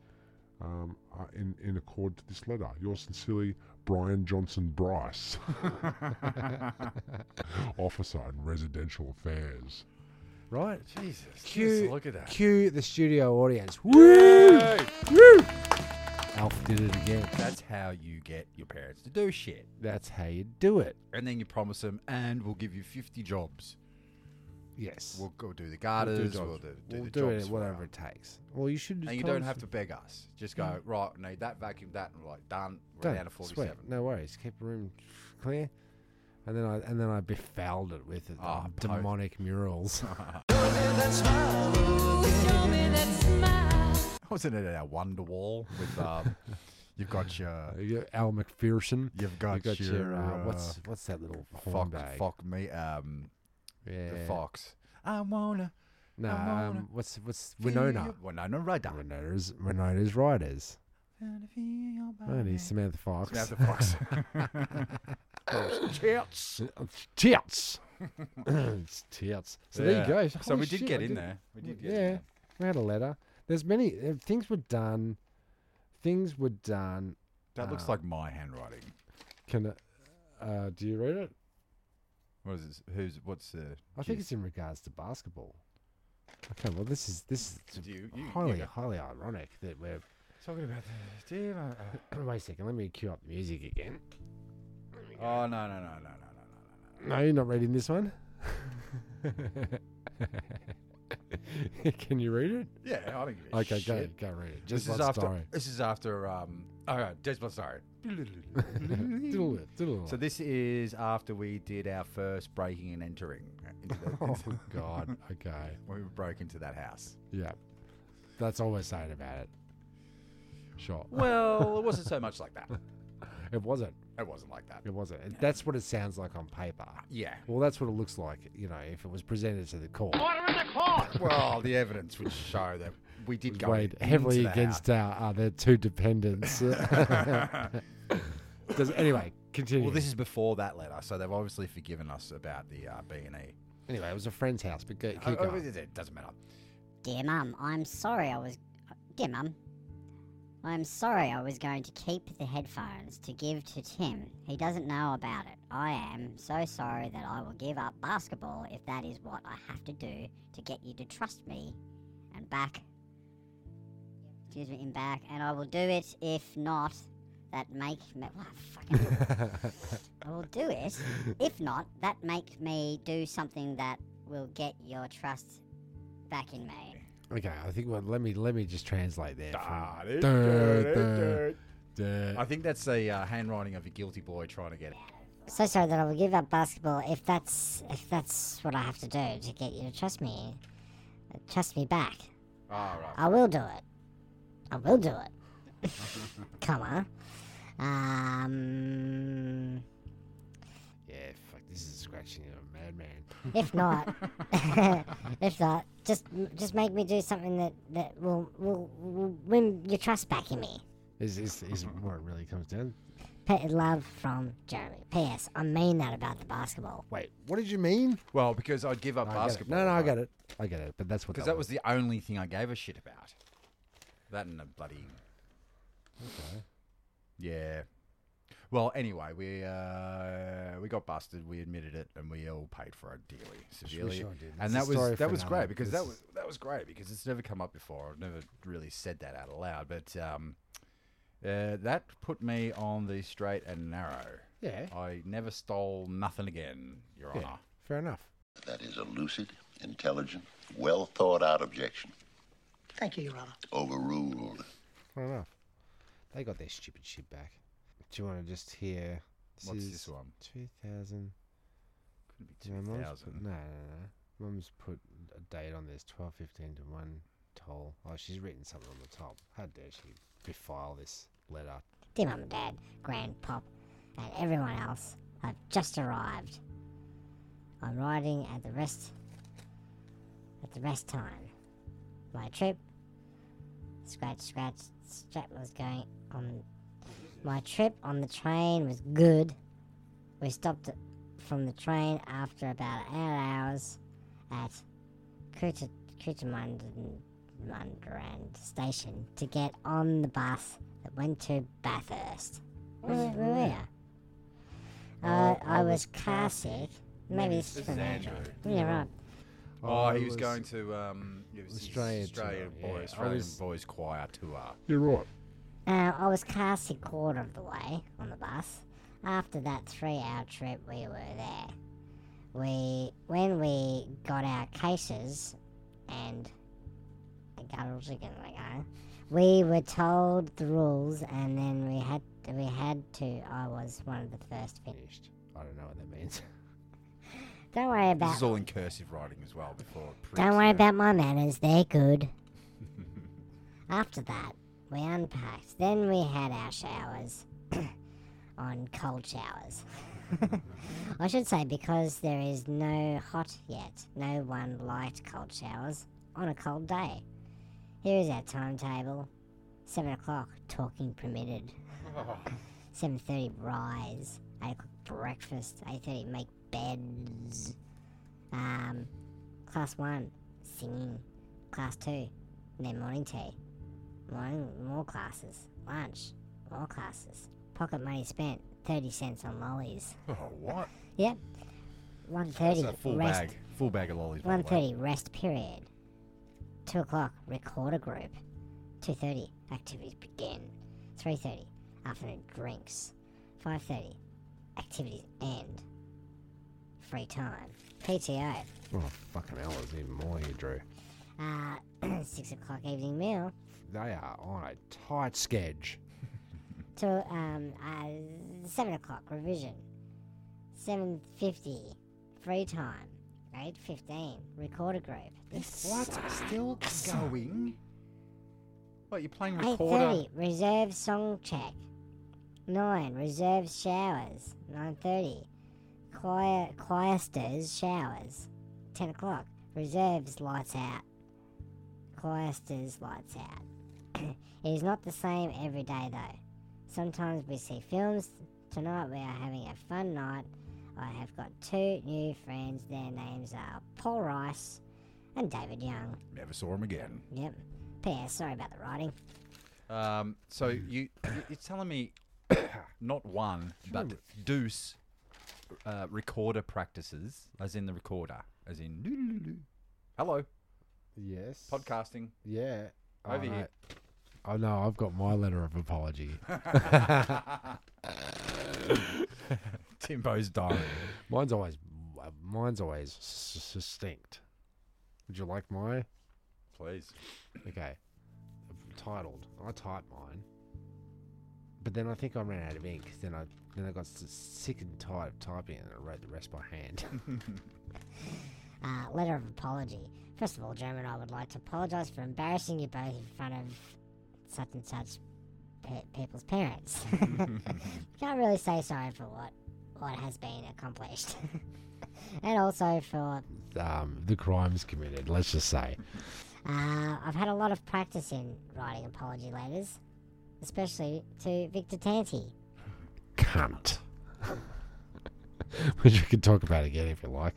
Speaker 3: um, uh, in, in accord to this letter. Yours sincerely, Brian Johnson Bryce, Officer in Residential Affairs.
Speaker 2: right?
Speaker 1: Jesus.
Speaker 2: Cue-
Speaker 1: just Look at that.
Speaker 2: Cue the studio audience. Woo! Woo! Alf did it again.
Speaker 1: That's how you get your parents to do shit.
Speaker 2: That's how you do it.
Speaker 1: And then you promise them, and we'll give you 50 jobs.
Speaker 2: Yes.
Speaker 1: We'll go do the gardens,
Speaker 2: jobs.
Speaker 1: we'll do, do
Speaker 2: we'll
Speaker 1: the
Speaker 2: do
Speaker 1: jobs
Speaker 2: it
Speaker 1: for
Speaker 2: whatever
Speaker 1: you.
Speaker 2: it takes. Well, you should. just
Speaker 1: And you
Speaker 2: tell
Speaker 1: don't
Speaker 2: us
Speaker 1: have
Speaker 2: to-
Speaker 1: to beg us. Just
Speaker 2: Mm.
Speaker 1: go, right, we need that vacuum, that, and we're like, done. We're down to
Speaker 2: sweat.
Speaker 1: 47.
Speaker 2: No worries. Keep the room clear. and then I and then I befouled it with uh,
Speaker 1: Ah, po-
Speaker 2: demonic murals.
Speaker 4: Show me that smile.
Speaker 1: Wasn't it our Wonder Wall with um, you've got your
Speaker 2: Uh, Yeah, Al McPherson.
Speaker 1: you've
Speaker 2: You
Speaker 1: got,
Speaker 2: got
Speaker 1: your,
Speaker 2: your uh, what's
Speaker 1: uh,
Speaker 2: what's that little horn
Speaker 1: fox
Speaker 2: bag?
Speaker 1: fox me um the
Speaker 2: Yeah.
Speaker 1: fox. I wanna
Speaker 2: No,
Speaker 1: I wanna
Speaker 2: um, what's what's
Speaker 1: feel
Speaker 2: Winona?
Speaker 1: your- Winona Ryder.
Speaker 2: Winona's Winona's riders.
Speaker 1: Wanna feel your
Speaker 2: And
Speaker 1: body.
Speaker 2: he's Samantha Fox.
Speaker 1: Samantha Fox.
Speaker 2: Tits. uh, Tits. it's tits. So there
Speaker 1: Yeah.
Speaker 2: you go.
Speaker 1: So
Speaker 2: Holy
Speaker 1: we did
Speaker 2: shit,
Speaker 1: get
Speaker 2: I
Speaker 1: in
Speaker 2: didn't-
Speaker 1: there. We did get
Speaker 2: yeah,
Speaker 1: in there.
Speaker 2: we had a letter. There's many uh, things were done. Things were done.
Speaker 1: That looks
Speaker 2: Um,
Speaker 1: like my handwriting.
Speaker 2: Can uh, do you read it?
Speaker 1: What is this? Who's what's the?
Speaker 2: I think
Speaker 1: gist?
Speaker 2: it's in regards to basketball. Okay, well this is this is
Speaker 1: Do you- you- you
Speaker 2: highly
Speaker 1: go.
Speaker 2: highly ironic that we're.
Speaker 1: talking about the. Do you know-
Speaker 2: Wait a second, let me cue up the music again. Let me go.
Speaker 1: Oh no no no no no no no
Speaker 2: No, you're not reading this one. Can you read it?
Speaker 1: no. Yeah, I don't give a
Speaker 2: Okay,
Speaker 1: shit.
Speaker 2: go go read it.
Speaker 1: This
Speaker 2: Just
Speaker 1: is
Speaker 2: like
Speaker 1: after.
Speaker 2: Starry.
Speaker 1: This is after. Um. All right, Desmond Sorry.
Speaker 2: diddle it, diddle it.
Speaker 1: So this is after we did our first breaking and entering. uh, Into the,
Speaker 2: oh God. Okay.
Speaker 1: when we broke into that house.
Speaker 2: Yeah. That's all we're saying about it. Sure.
Speaker 1: Well, it wasn't so much like that.
Speaker 2: It wasn't.
Speaker 1: It wasn't like that.
Speaker 2: It wasn't. It- That's what it sounds like on paper.
Speaker 1: Yeah.
Speaker 2: Well, that's what it looks like, you know, if it was presented to the court.
Speaker 1: Well, the evidence would show that we did go
Speaker 2: Weighed
Speaker 1: into
Speaker 2: heavily
Speaker 1: the
Speaker 2: against our, uh, their two dependents.
Speaker 1: house.
Speaker 2: Does, anyway, continue.
Speaker 1: Well, this is before that letter, so they've obviously forgiven us about the uh, B and E.
Speaker 2: anyway, it was a friend's house, but go, keep
Speaker 1: Oh, oh,
Speaker 2: going.
Speaker 1: it- it doesn't matter.
Speaker 5: Dear Mum, I'm sorry I was. Dear Mum, I'm sorry I was going to keep the headphones to give to Tim. He doesn't know about it. I am so sorry that I will give up basketball if that is what I have to do to get you to trust me and back. Excuse me, in back, and I will do it if not. That make me. Wow, fucking. I will do it. If not, that make me do something that will get your trust back in me.
Speaker 2: Okay, I think well, let me let me just translate there.
Speaker 1: Ah,
Speaker 2: from-
Speaker 1: it-
Speaker 2: Duh,
Speaker 1: it-
Speaker 2: duh,
Speaker 1: it-
Speaker 2: duh.
Speaker 1: I think that's a uh, handwriting of a guilty boy trying to get it.
Speaker 5: So sorry that I will give up basketball if that's if that's what I have to do to get you to trust me, trust me back.
Speaker 1: All Ah, right.
Speaker 5: I will do it. I will do it. Comma. Um.
Speaker 2: Yeah, fuck, this is scratching a madman.
Speaker 5: If not, if not, just just make me do something that that will will, will win your trust back in me.
Speaker 2: Is this is what it really comes down?
Speaker 5: P- love from Jeremy. P.S. I mean that about the basketball.
Speaker 2: Wait, what did you mean?
Speaker 1: Well, because I'd give up
Speaker 2: I get it.
Speaker 1: basketball.
Speaker 2: No, no, I get it. I get it. But that's what
Speaker 1: Because that was the only thing I gave a shit about. That and the bloody.
Speaker 2: Okay.
Speaker 1: Yeah. Well, anyway, we uh, we got busted. We admitted it, and we all paid for it dearly, severely.
Speaker 2: sure did. That's
Speaker 1: And
Speaker 2: a
Speaker 1: that
Speaker 2: story
Speaker 1: was
Speaker 2: for
Speaker 1: that was
Speaker 2: another-
Speaker 1: great because that
Speaker 2: this
Speaker 1: was that was great because it's never come up before. I've never really said that out aloud, but um, uh, that put me on the straight and narrow.
Speaker 2: Yeah.
Speaker 1: I never stole nothing again, Your
Speaker 2: Yeah.
Speaker 1: Honour.
Speaker 2: Fair enough.
Speaker 6: That is a lucid, intelligent, well thought out objection.
Speaker 7: Thank you, Your Honor.
Speaker 6: Overruled.
Speaker 2: Fair enough. They got their stupid shit back. Do you want to just hear?
Speaker 1: What's
Speaker 2: is
Speaker 1: this one?
Speaker 2: 2000.
Speaker 1: Couldn't be
Speaker 2: Yeah, mum's
Speaker 1: two
Speaker 2: put-
Speaker 1: thousand.
Speaker 2: no, no, no. Mum's put a date on this 12.15 to 1 toll. Oh, she's written something on the top. How dare she befile this letter?
Speaker 5: Dear Mum and Dad, Grandpop, and everyone else, I've just arrived. I'm riding at the rest at the rest time. My trip scratch scratch strap was going on my trip on the train was good. We stopped from the train after about eight hours at Kuta- Kutamundrand station to get on the bus that went to Bathurst. Where, where were you? Uh, I was car sick. Maybe this is from Andrew. Yeah, right.
Speaker 1: Oh,
Speaker 2: I
Speaker 1: he was, going to um, it was Australian,
Speaker 2: Australia
Speaker 1: Australian
Speaker 2: tour, yeah.
Speaker 1: boy,
Speaker 2: I
Speaker 1: Australian
Speaker 2: was-
Speaker 1: boys choir tour.
Speaker 3: You're right.
Speaker 5: Uh, I was car sick quarter of the way on the bus. After that three-hour trip, we were there. We when we got our cases and a guttle chicken ago, We were told the rules, and then we had we had to. I was one of the first finished.
Speaker 2: I don't know what that means.
Speaker 5: Don't worry
Speaker 1: This
Speaker 5: about.
Speaker 1: is all in cursive writing as well. Before it prints,
Speaker 5: Don't worry
Speaker 1: uh,
Speaker 5: about my manners. They're good. After that, we unpacked. Then we had our showers on cold showers. I should say because there is no hot yet, no one liked cold showers on a cold day. Here is our timetable: seven o'clock, talking permitted. Seven thirty, rise. Eight o'clock, breakfast. Eight thirty, make beds. Um, class one, singing. Class two, then morning tea. Morning, more classes. Lunch, more classes. Pocket money spent, thirty cents on lollies.
Speaker 1: Oh, what?
Speaker 5: Yep. One
Speaker 1: That's
Speaker 5: thirty,
Speaker 1: a full
Speaker 5: rest.
Speaker 1: bag. Full bag of lollies. by the way.
Speaker 5: 1.30 rest period. 2 o'clock recorder group. 2.30 activities begin. 3.30 afternoon drinks. 5.30 activities end. Free time. PTO.
Speaker 2: Oh, fucking hell, there's even more here, Drew.
Speaker 5: Uh, 6 o'clock evening meal.
Speaker 2: They are on a tight schedule.
Speaker 5: To, um, uh, 7 o'clock revision. 7.50 free time. 8.15 recorder group.
Speaker 1: What? Still going? What, you're playing
Speaker 5: Eight
Speaker 1: recorder?
Speaker 5: thirty reserve song check. Nine reserve showers. Nine thirty choir choirsters showers. Ten o'clock reserves lights out. Choirsters lights out. it is not the same every day though. Sometimes we see films. Tonight we are having a fun night. I have got two new friends. Their names are Paul Rice and David Young.
Speaker 1: Never saw him again.
Speaker 5: Yep. P.S. Sorry about the writing.
Speaker 1: Um, so you, you- you're telling me not one, but deuce uh, recorder practices, as in the recorder, as in. doo-doo-doo-doo. Hello,
Speaker 2: Yes.
Speaker 1: podcasting.
Speaker 2: Yeah.
Speaker 1: Over
Speaker 2: no.
Speaker 1: here.
Speaker 2: Oh no, I've got my letter of apology.
Speaker 1: Timbo's diary.
Speaker 2: mine's always, uh, mine's always s- succinct. Would you like my?
Speaker 1: Please.
Speaker 2: Okay. Titled. I typed mine. But then I think I ran out of ink. Then I then I got s- sick and tired of typing, and I wrote the rest by hand.
Speaker 5: uh, letter of apology. First of all, German, I would like to apologise for embarrassing you both in front of such and such pe- people's parents. Can't really say sorry for what what has been accomplished, and also for
Speaker 2: um, the crimes committed. Let's just say.
Speaker 5: uh, I've had a lot of practice in writing apology letters, especially to Victor Tanti.
Speaker 2: cunt. Which we can talk about again if you like.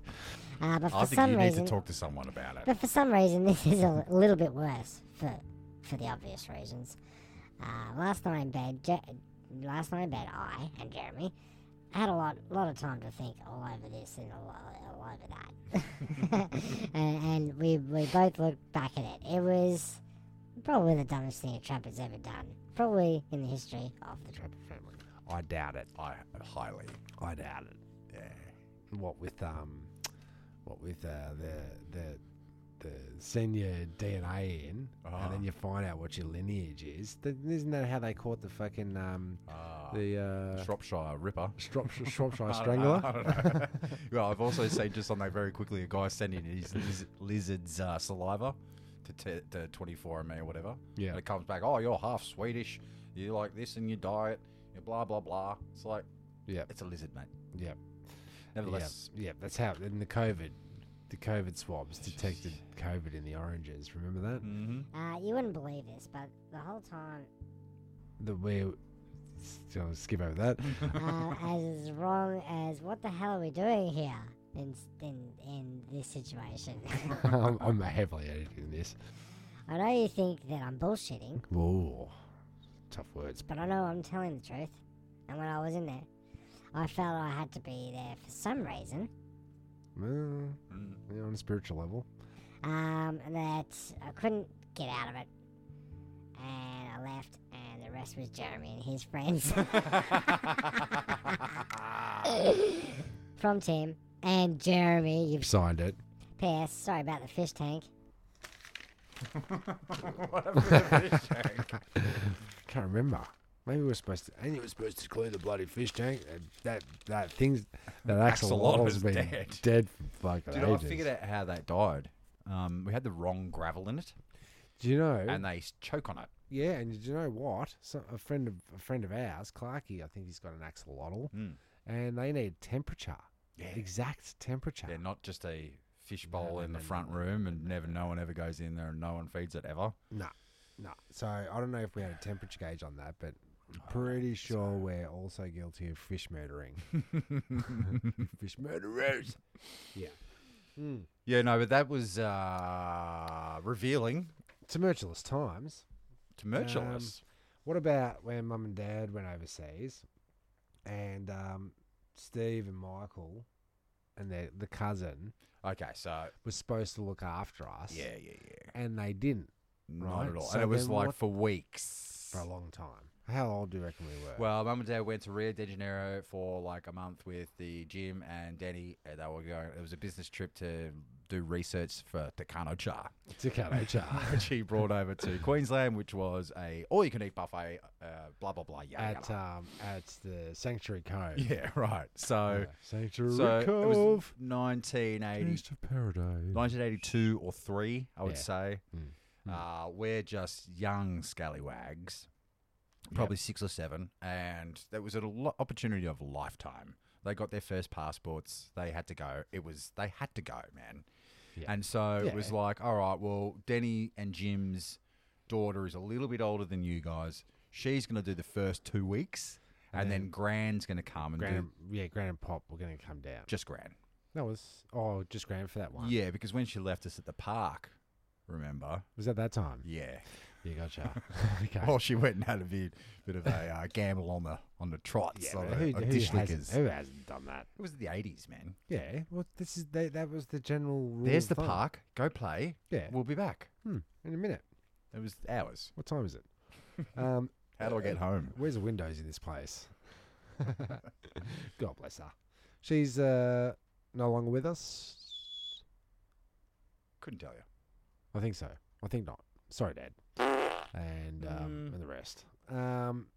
Speaker 5: Uh, but for
Speaker 1: I think
Speaker 5: some
Speaker 1: you need
Speaker 5: reason,
Speaker 1: to talk to someone about it.
Speaker 5: But for some reason, this is a little bit worse for for the obvious reasons. Uh, last night in bed, Je- last night in bed, I and Jeremy had a lot lot of time to think all over this and all, all over that, and, and we we both looked back at it. It was probably the dumbest thing a trap has ever done, probably in the history of the trap family.
Speaker 2: I doubt it.
Speaker 1: I highly.
Speaker 2: I doubt it. Yeah. What with um, what with uh, the the the senior DNA in,
Speaker 1: Ah.
Speaker 2: and then you find out what your lineage is. Th- isn't that how they caught the fucking um,
Speaker 1: Ah.
Speaker 2: the uh,
Speaker 1: Shropshire Ripper.
Speaker 2: Shropshire, Shropshire
Speaker 1: I don't know,
Speaker 2: Strangler?
Speaker 1: I don't know. well, I've also seen just on there very quickly a guy sending his liz- lizard's uh, saliva to, t- to 24andMe or whatever.
Speaker 2: Yeah.
Speaker 1: And it comes back, oh, you're half Swedish. You like this in your diet. you blah, blah, blah. It's like,
Speaker 2: Yeah,
Speaker 1: it's a lizard, mate.
Speaker 2: yeah, yeah,
Speaker 1: Nevertheless,
Speaker 2: yeah. That's how. And the COVID, the COVID swabs detected COVID in the oranges. Remember that?
Speaker 1: mm-hmm.
Speaker 5: Uh, you wouldn't believe this, but the whole time
Speaker 2: The way. I'll skip over that.
Speaker 5: uh, as wrong as what the hell are we doing here in s- in, in this situation?
Speaker 2: I'm, I'm heavily editing this.
Speaker 5: I know you think that I'm bullshitting,
Speaker 2: Whoa, tough words.
Speaker 5: but I know I'm telling the truth. And when I was in there, I felt I had to be there for some reason.
Speaker 2: Well,
Speaker 1: Mm.
Speaker 2: yeah, on a spiritual level.
Speaker 5: Um, and that I couldn't get out of it, and I left, and the rest was Jeremy and his friends. From Tim and Jeremy, you've
Speaker 2: Signed it.
Speaker 5: P.S. Sorry about the fish tank.
Speaker 1: what happened to the fish tank?
Speaker 2: Can't remember. Maybe we are supposed to. And you were supposed to clear the bloody fish tank. That that, that things that axolotl has
Speaker 1: is
Speaker 2: been dead.
Speaker 1: dead.
Speaker 2: for fucking
Speaker 1: Do you know, I
Speaker 2: ages.
Speaker 1: figured out how they died. Um, we had the wrong gravel in it,
Speaker 2: Do you know?
Speaker 1: and they s- choke on it.
Speaker 2: yeah, and do you know what? So, a friend of a friend of ours, Clarky, I think he's got an axolotl,
Speaker 1: Mm.
Speaker 2: and they need temperature,
Speaker 1: Yeah.
Speaker 2: exact temperature.
Speaker 1: They're not just a fishbowl
Speaker 2: no,
Speaker 1: in the
Speaker 2: no,
Speaker 1: front room, and never no one ever goes in there, and no one feeds it ever.
Speaker 2: No, no. So I don't know if we had a temperature gauge on that, but
Speaker 1: Oh,
Speaker 2: I'm pretty
Speaker 1: uh,
Speaker 2: sure we're also guilty of fish murdering. fish murderers. Yeah. Hmm.
Speaker 1: Yeah, no, but that was uh, revealing
Speaker 2: Tumultuous times.
Speaker 1: to
Speaker 2: Um,
Speaker 1: Merchulus.
Speaker 2: What about when mum and dad went overseas and um, Steve and Michael and their, the cousin
Speaker 1: okay, so
Speaker 2: was supposed to look after us?
Speaker 1: yeah, yeah, yeah,
Speaker 2: And they didn't
Speaker 1: not
Speaker 2: Right,
Speaker 1: at all,
Speaker 2: so
Speaker 1: and it was
Speaker 2: then
Speaker 1: like
Speaker 2: what-
Speaker 1: for weeks.
Speaker 2: for a long time. How old do you reckon we were?
Speaker 1: Well, mum and dad went to Rio de Janeiro for like a month with the Jim and Danny. and They were going. It was a business trip to do research for Takano Cha,
Speaker 2: to
Speaker 1: which he brought over to Queensland, which was a all-you-can-eat buffet. Uh, blah blah blah. Yeah.
Speaker 2: at um, at the Sanctuary Cove.
Speaker 1: yeah. Right. So.
Speaker 2: Yeah, Sanctuary
Speaker 1: So it was
Speaker 2: Cove.
Speaker 1: 1980,
Speaker 3: Taste of paradise.
Speaker 1: 1982 or three, I would
Speaker 2: Mm. Yeah.
Speaker 1: say.
Speaker 2: Mm.
Speaker 1: Uh, we're just young scallywags, probably six or seven, and that was an lo- opportunity of a lifetime. They got their first passports. They had to go. It was they had to go, man.
Speaker 2: Yeah.
Speaker 1: And so it was
Speaker 2: Yeah.
Speaker 1: like, all right, well, Denny and Jim's daughter is a little bit older than you guys. She's going to do the first two weeks, and,
Speaker 2: And
Speaker 1: then,
Speaker 2: then
Speaker 1: Gran's going to come and
Speaker 2: Grand,
Speaker 1: do
Speaker 2: yeah, Grand and Pop were going to come down.
Speaker 1: just Gran.
Speaker 2: That was oh, just Grand for that one.
Speaker 1: Yeah, because when she left us at the park, remember?
Speaker 2: was that that time?
Speaker 1: Yeah. Oh,
Speaker 2: Yeah, gotcha. okay.
Speaker 1: Or she went and had a bit, bit of a uh, gamble on the on the trots
Speaker 2: yeah,
Speaker 1: on,
Speaker 2: but
Speaker 1: the,
Speaker 2: who,
Speaker 1: on
Speaker 2: who,
Speaker 1: dish
Speaker 2: hasn't,
Speaker 1: lickers.
Speaker 2: who hasn't done that?
Speaker 1: It was the eighties, man.
Speaker 2: Yeah. Well, this is they, that was the general rule.
Speaker 1: There's
Speaker 2: of
Speaker 1: the
Speaker 2: thumb.
Speaker 1: park. Go play.
Speaker 2: Yeah.
Speaker 1: We'll be back.
Speaker 2: Hmm, in a minute.
Speaker 1: It was ours.
Speaker 2: What time is it? um,
Speaker 1: How do I get home?
Speaker 2: where's the windows in this place? God bless her. She's uh, no longer with us.
Speaker 1: Couldn't tell you.
Speaker 2: I think so. I think not. Sorry, Dad. And um,
Speaker 1: Mm.
Speaker 2: and the rest. Um,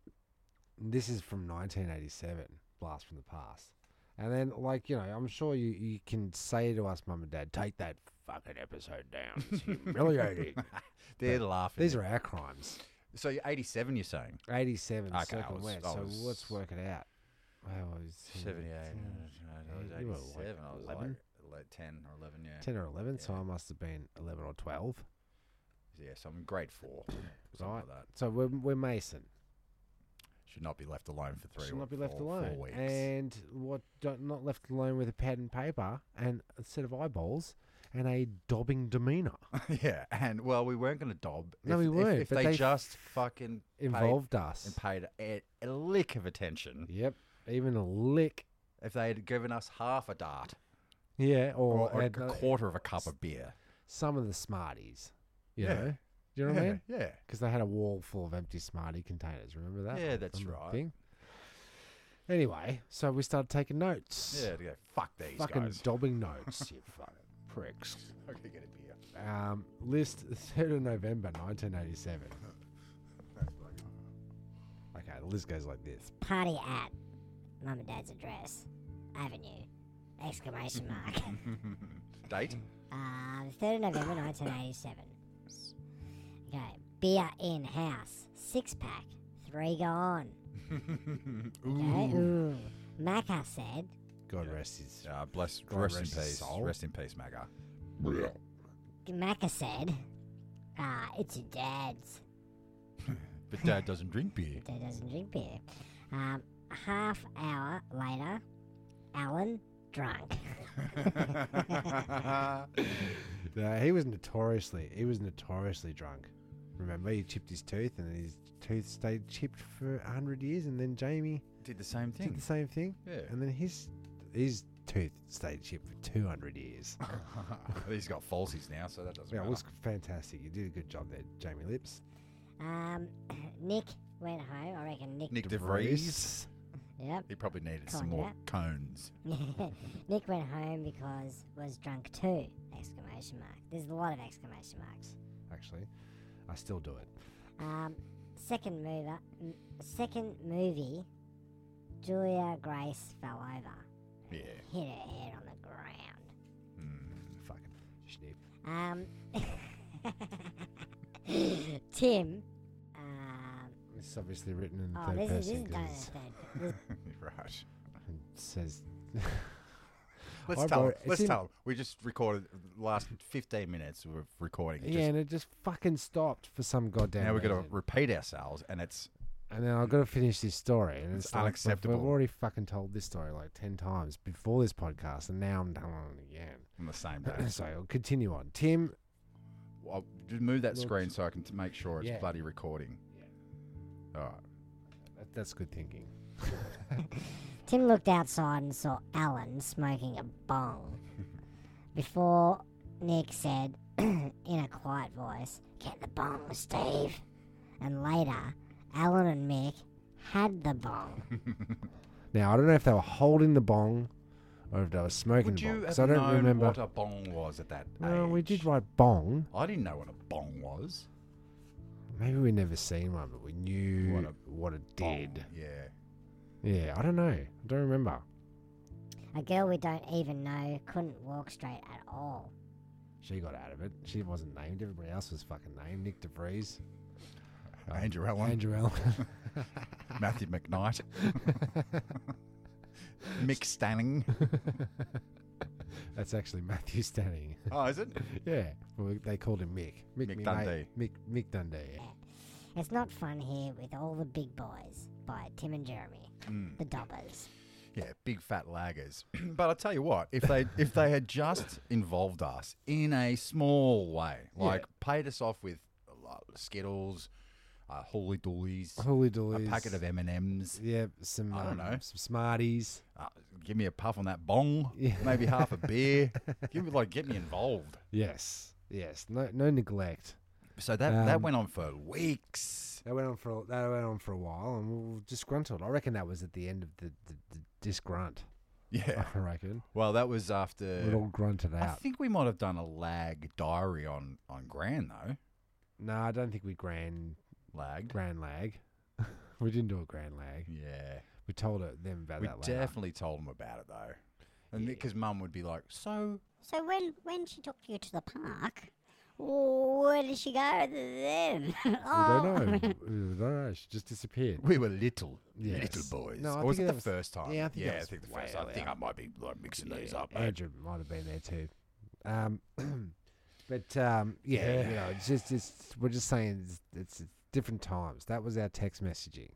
Speaker 2: this is from 1987, Blast from the Past. And then, like you know, I'm sure you, you can say to us, Mum and Dad, take that fucking episode down. It's humiliating.
Speaker 1: They're laughing.
Speaker 2: These are our crimes.
Speaker 1: so you're eighty-seven. You're saying
Speaker 2: 87
Speaker 1: Okay, I
Speaker 2: circle
Speaker 1: was-
Speaker 2: west.
Speaker 1: I
Speaker 2: So
Speaker 1: was-
Speaker 2: let's work it out. Wow, it was
Speaker 1: seventy-eight.
Speaker 2: Yeah,
Speaker 1: I
Speaker 2: you were
Speaker 1: was
Speaker 2: like
Speaker 1: eighty-seven. I was
Speaker 2: 11.
Speaker 1: like le- ten or eleven. Yeah.
Speaker 2: 10 or 11, so I must have been 11 or 12.
Speaker 1: Yeah. So I'm in grade four. Something
Speaker 2: Right.
Speaker 1: like that.
Speaker 2: So we're, we're Mason.
Speaker 1: Should not be left alone for three.
Speaker 2: should
Speaker 1: or
Speaker 2: not be left
Speaker 1: four-
Speaker 2: alone.
Speaker 1: Four weeks.
Speaker 2: And what don't- not left alone with a pad and paper and a set of eyeballs and a dobbing demeanor
Speaker 1: Yeah, and well, we weren't going to dob.
Speaker 2: No,
Speaker 1: if,
Speaker 2: we
Speaker 1: if-
Speaker 2: weren't,
Speaker 1: If,
Speaker 2: but
Speaker 1: they,
Speaker 2: they
Speaker 1: just fucking paid-
Speaker 2: involved us.
Speaker 1: and paid a, a lick of attention,
Speaker 2: yep, even a lick.
Speaker 1: if they had given us half a dart
Speaker 2: Yeah,
Speaker 1: or,
Speaker 2: or,
Speaker 1: a
Speaker 2: and, uh,
Speaker 1: quarter of a cup of beer,
Speaker 2: some of the smarties. You
Speaker 1: Yeah.
Speaker 2: know, do you know what I mean?
Speaker 1: yeah,
Speaker 2: Because they had a wall full of empty smartie containers. Remember that?
Speaker 1: Yeah, that's
Speaker 2: From the
Speaker 1: right.
Speaker 2: Anyway, so we started taking notes.
Speaker 1: yeah, to go, fuck these
Speaker 2: fucking
Speaker 1: guys.
Speaker 2: dobbing notes. you fucking pricks.
Speaker 1: I'm gonna get a beer.
Speaker 2: Um, list 3rd of November 1987. okay, the list goes like this.
Speaker 5: Party at Mum and Dad's address, Avenue, exclamation mark.
Speaker 1: Date?
Speaker 5: Uh, the 3rd of November 1987. Okay, beer in house, six pack, three gone. Okay, ooh. Macca said,
Speaker 2: God rest his.
Speaker 1: Uh, bless,
Speaker 2: God
Speaker 1: rest in
Speaker 2: rest his
Speaker 1: peace.
Speaker 2: soul.
Speaker 1: Rest in peace, Maga.
Speaker 3: Blech.
Speaker 5: Macca said, ah, it's your dad's.
Speaker 1: But Dad doesn't drink beer.
Speaker 5: Dad doesn't drink beer. Um, a half hour later, Alan drunk.
Speaker 2: No, he was notoriously, he was notoriously drunk. Remember, he chipped his tooth, and his tooth stayed chipped for a hundred years, and then Jamie
Speaker 1: Did the same
Speaker 2: did
Speaker 1: thing.
Speaker 2: the same thing.
Speaker 1: Yeah.
Speaker 2: And then his his tooth stayed chipped for two hundred years.
Speaker 1: He's got falsies now, so that doesn't
Speaker 2: yeah, it
Speaker 1: matter.
Speaker 2: was fantastic. You did a good job there, Jamie Lips.
Speaker 5: Um, Nick went home. I reckon Nick.
Speaker 1: Nick DeVries.
Speaker 2: DeVries.
Speaker 5: Yep.
Speaker 1: He probably needed
Speaker 5: Come
Speaker 1: some
Speaker 5: on,
Speaker 1: more
Speaker 5: yeah.
Speaker 1: cones.
Speaker 5: Nick went home because was drunk too. Exclamation mark. There's a lot of exclamation marks.
Speaker 2: actually. I still do it.
Speaker 8: Um, second mover, m- second movie, Julia Grace fell over,
Speaker 1: Yeah.
Speaker 8: hit her head on the ground.
Speaker 2: Fucking snip.
Speaker 8: Um, Tim. Um,
Speaker 2: This is obviously written in the
Speaker 8: oh,
Speaker 2: third
Speaker 8: this is, this is
Speaker 2: person
Speaker 8: done in
Speaker 2: 'cause
Speaker 8: the third.
Speaker 1: right.
Speaker 2: it says
Speaker 1: Let's
Speaker 2: I
Speaker 1: tell
Speaker 2: wrote-
Speaker 1: him.
Speaker 2: it's
Speaker 1: Let's
Speaker 2: in-
Speaker 1: tell him. We just recorded the last 15 minutes of recording. Just,
Speaker 2: yeah, and it just fucking stopped for some goddamn.
Speaker 1: now we've got to
Speaker 2: reason.
Speaker 1: repeat ourselves, and it's
Speaker 2: and then I've got to finish this story, and it's,
Speaker 1: It's
Speaker 2: like, we've-
Speaker 1: unacceptable.
Speaker 2: We've already fucking told this story like ten times before this podcast, and now I'm telling it again.
Speaker 1: on the same day.
Speaker 2: so I'll continue on. Tim,
Speaker 1: I'll just move that
Speaker 2: Look.
Speaker 1: screen so I can t- make sure it's
Speaker 2: Yeah.
Speaker 1: bloody recording. All right.
Speaker 2: that, that's good thinking.
Speaker 8: Tim looked outside and saw Alan smoking a bong. Before Nick said, in a quiet voice, Get the bong, Steve. And later, Alan and Mick had the bong.
Speaker 2: Now I don't know if they were holding the bong or if they were smoking
Speaker 1: Would
Speaker 2: the bong
Speaker 1: you have
Speaker 2: because I don't
Speaker 1: known
Speaker 2: remember.
Speaker 1: what a bong was at that
Speaker 2: no,
Speaker 1: age?
Speaker 2: we did write bong.
Speaker 1: I didn't know what a bong was.
Speaker 2: Maybe we never seen one, but we knew what,
Speaker 1: What a
Speaker 2: it
Speaker 1: Bong,
Speaker 2: did.
Speaker 1: Yeah.
Speaker 2: Yeah, I don't know. I don't remember.
Speaker 8: A girl we don't even know couldn't walk straight at all.
Speaker 2: She got out of it. She wasn't named. Everybody else was fucking named. Nick DeVries, Oh.
Speaker 1: Andrew Allen,
Speaker 2: Andrew Allen.
Speaker 1: Matthew McKnight, Mick Stanning.
Speaker 2: That's actually Matthew Stanning.
Speaker 1: Oh, is it?
Speaker 2: yeah, well, they called him Mick.
Speaker 1: Mick
Speaker 2: me
Speaker 1: Dundee.
Speaker 2: Mick, Mick Dundee. yeah.
Speaker 8: It's not fun here with all the big boys by Tim and Jeremy,
Speaker 1: Hmm.
Speaker 8: the Dobbers.
Speaker 1: Yeah, big fat laggers. but I tell you what, if they if they had just involved us in a small way, like paid us off with a lot of Skittles, uh, Holy Doolies,
Speaker 2: Holy
Speaker 1: a
Speaker 2: doolies.
Speaker 1: packet of M and M's,
Speaker 2: Yeah, some
Speaker 1: I don't
Speaker 2: um,
Speaker 1: know.
Speaker 2: some Smarties.
Speaker 1: uh, give me a puff on that bong, maybe half a beer, give me like get me involved.
Speaker 2: Yes, yes. No, no neglect.
Speaker 1: So that that
Speaker 2: Um,
Speaker 1: went on for weeks.
Speaker 2: That went on for a, that went on for a while, and we were disgruntled. I reckon that was at the end of the the, the disgrunt.
Speaker 1: Yeah.
Speaker 2: I reckon
Speaker 1: Well, that was
Speaker 2: we all
Speaker 1: after.
Speaker 2: grunted
Speaker 1: I
Speaker 2: out.
Speaker 1: think we might have done a lag diary on on Grand though.
Speaker 2: no, I don't think we grand
Speaker 1: Lagged.
Speaker 2: grand lag. we didn't do a grand lag.
Speaker 1: Yeah.
Speaker 2: We told it- them about
Speaker 1: We
Speaker 2: that later.
Speaker 1: definitely told him about it though, and because Mum would be like, "So
Speaker 5: So when when she took you to the park, where did she go Oh. then?
Speaker 2: we don't know. we don't know. She just disappeared.
Speaker 1: we were little,
Speaker 2: Yes.
Speaker 1: little boys."
Speaker 2: No, I
Speaker 1: or was
Speaker 2: think
Speaker 1: it
Speaker 2: that
Speaker 1: the
Speaker 2: was-
Speaker 1: first time?
Speaker 2: yeah, I think that was
Speaker 1: the first.
Speaker 2: way
Speaker 1: I think
Speaker 2: earlier.
Speaker 1: I might be like mixing these
Speaker 2: Yeah,
Speaker 1: up. mate.
Speaker 2: Andrew might have been there too. Um, but um, yeah, you know, it's just it's, we're just saying it's, it's, it's different times. That was our text messaging,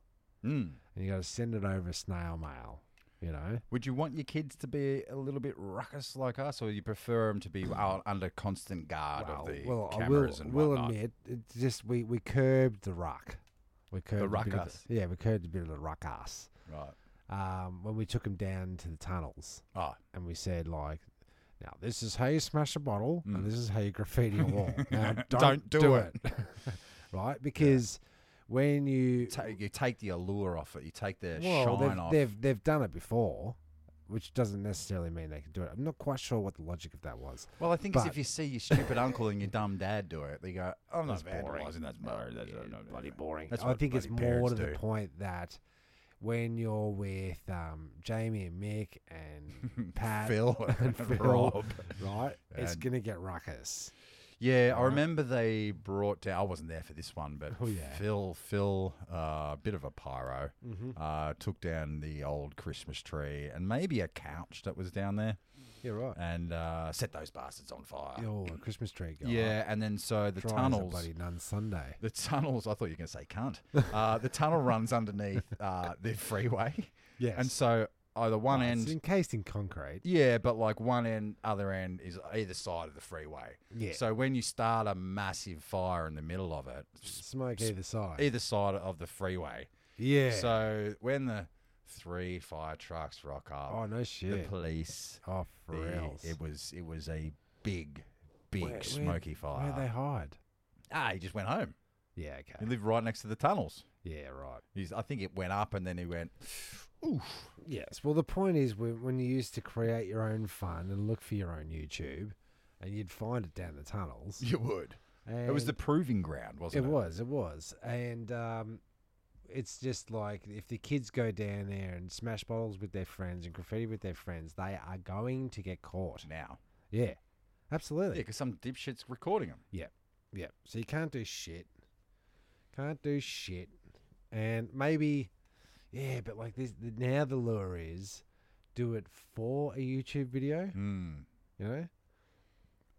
Speaker 1: Mm.
Speaker 2: and you got to send it over snail mail. You know,
Speaker 1: Would you want your kids to be a little bit ruckus like us, or you prefer them to be out under constant guard of the
Speaker 2: well, I will,
Speaker 1: cameras and
Speaker 2: will
Speaker 1: whatnot?
Speaker 2: admit, it's just we we curbed the ruck. We curbed a bit of
Speaker 1: ruckus.
Speaker 2: yeah, we curbed a bit of the ruckus
Speaker 1: Right.
Speaker 2: um, when we took him down to the tunnels.
Speaker 1: Oh,
Speaker 2: and we said like, now this is how you smash a bottle, and this is how you graffiti a wall. Now don't,
Speaker 1: Mm. Don't
Speaker 2: do
Speaker 1: do
Speaker 2: it, right? Because when you
Speaker 1: ta- you take the allure off it. You take the
Speaker 2: well,
Speaker 1: shine
Speaker 2: they've,
Speaker 1: off.
Speaker 2: they've they've done it before, which doesn't necessarily mean they can do it. I'm not quite sure what the logic of that was.
Speaker 1: Well, I think it's
Speaker 2: But-
Speaker 1: if you see your stupid uncle and your dumb dad do it, they go, "I'm not
Speaker 2: boring.
Speaker 1: vandalising. That's boring. That's not bloody boring."
Speaker 2: I think it's more to the point that when you're with um, Jamie and Mick and Pat
Speaker 1: Phil
Speaker 2: and
Speaker 1: and
Speaker 2: Phil,
Speaker 1: Rob.
Speaker 2: right, it's
Speaker 1: And-
Speaker 2: gonna get ruckus.
Speaker 1: Yeah, I remember they brought down. I wasn't there for this one, but
Speaker 2: Oh, yeah.
Speaker 1: Phil, Phil, a uh, bit of a pyro,
Speaker 2: Mm-hmm.
Speaker 1: uh, took down the old Christmas tree and maybe a couch that was down there,
Speaker 2: Yeah, right.
Speaker 1: and uh, set those bastards on fire.
Speaker 2: Oh, a Christmas tree guy.
Speaker 1: Uh, Yeah, and then so the
Speaker 2: Dry as a
Speaker 1: tunnels.
Speaker 2: bloody nun Sunday.
Speaker 1: The tunnels, I thought you were going to say cunt. Uh, the tunnel runs underneath uh, the freeway.
Speaker 2: Yes.
Speaker 1: And so either one
Speaker 2: Right,
Speaker 1: end,
Speaker 2: it's encased in concrete.
Speaker 1: yeah, but like one end, other end is either side of the freeway.
Speaker 2: Yeah.
Speaker 1: So when you start a massive fire in the middle of it, s-
Speaker 2: Smoke either side.
Speaker 1: either side of the freeway.
Speaker 2: yeah.
Speaker 1: So when the three fire trucks rock up,
Speaker 2: oh no
Speaker 1: the
Speaker 2: shit.
Speaker 1: police,
Speaker 2: oh for
Speaker 1: the-
Speaker 2: reals.
Speaker 1: it was it was a big, big
Speaker 2: Where- where-
Speaker 1: smoky fire.
Speaker 2: Where they hide?
Speaker 1: ah, he just went home.
Speaker 2: Yeah.
Speaker 1: He
Speaker 2: Okay.
Speaker 1: lived right next to the tunnels.
Speaker 2: Yeah. Right.
Speaker 1: He's, I think it went up and then he went, oof.
Speaker 2: Yes. Well, the point is when, when you used to create your own fun and look for your own YouTube, and you'd find it down the tunnels.
Speaker 1: You would. It was the
Speaker 2: And-
Speaker 1: proving ground,
Speaker 2: It
Speaker 1: wasn't it?
Speaker 2: was, it was, and um, it's just like if the kids go down there and smash bottles with their friends and graffiti with their friends, they are going to get caught.
Speaker 1: Now.
Speaker 2: Yeah,
Speaker 1: Yeah,
Speaker 2: absolutely.
Speaker 1: because some dipshit's recording them.
Speaker 2: Yeah, yeah. So you can't do shit. Can't do shit. And maybe, yeah, but like this the- now, the lure is do it for a YouTube video.
Speaker 1: Mm.
Speaker 2: you know,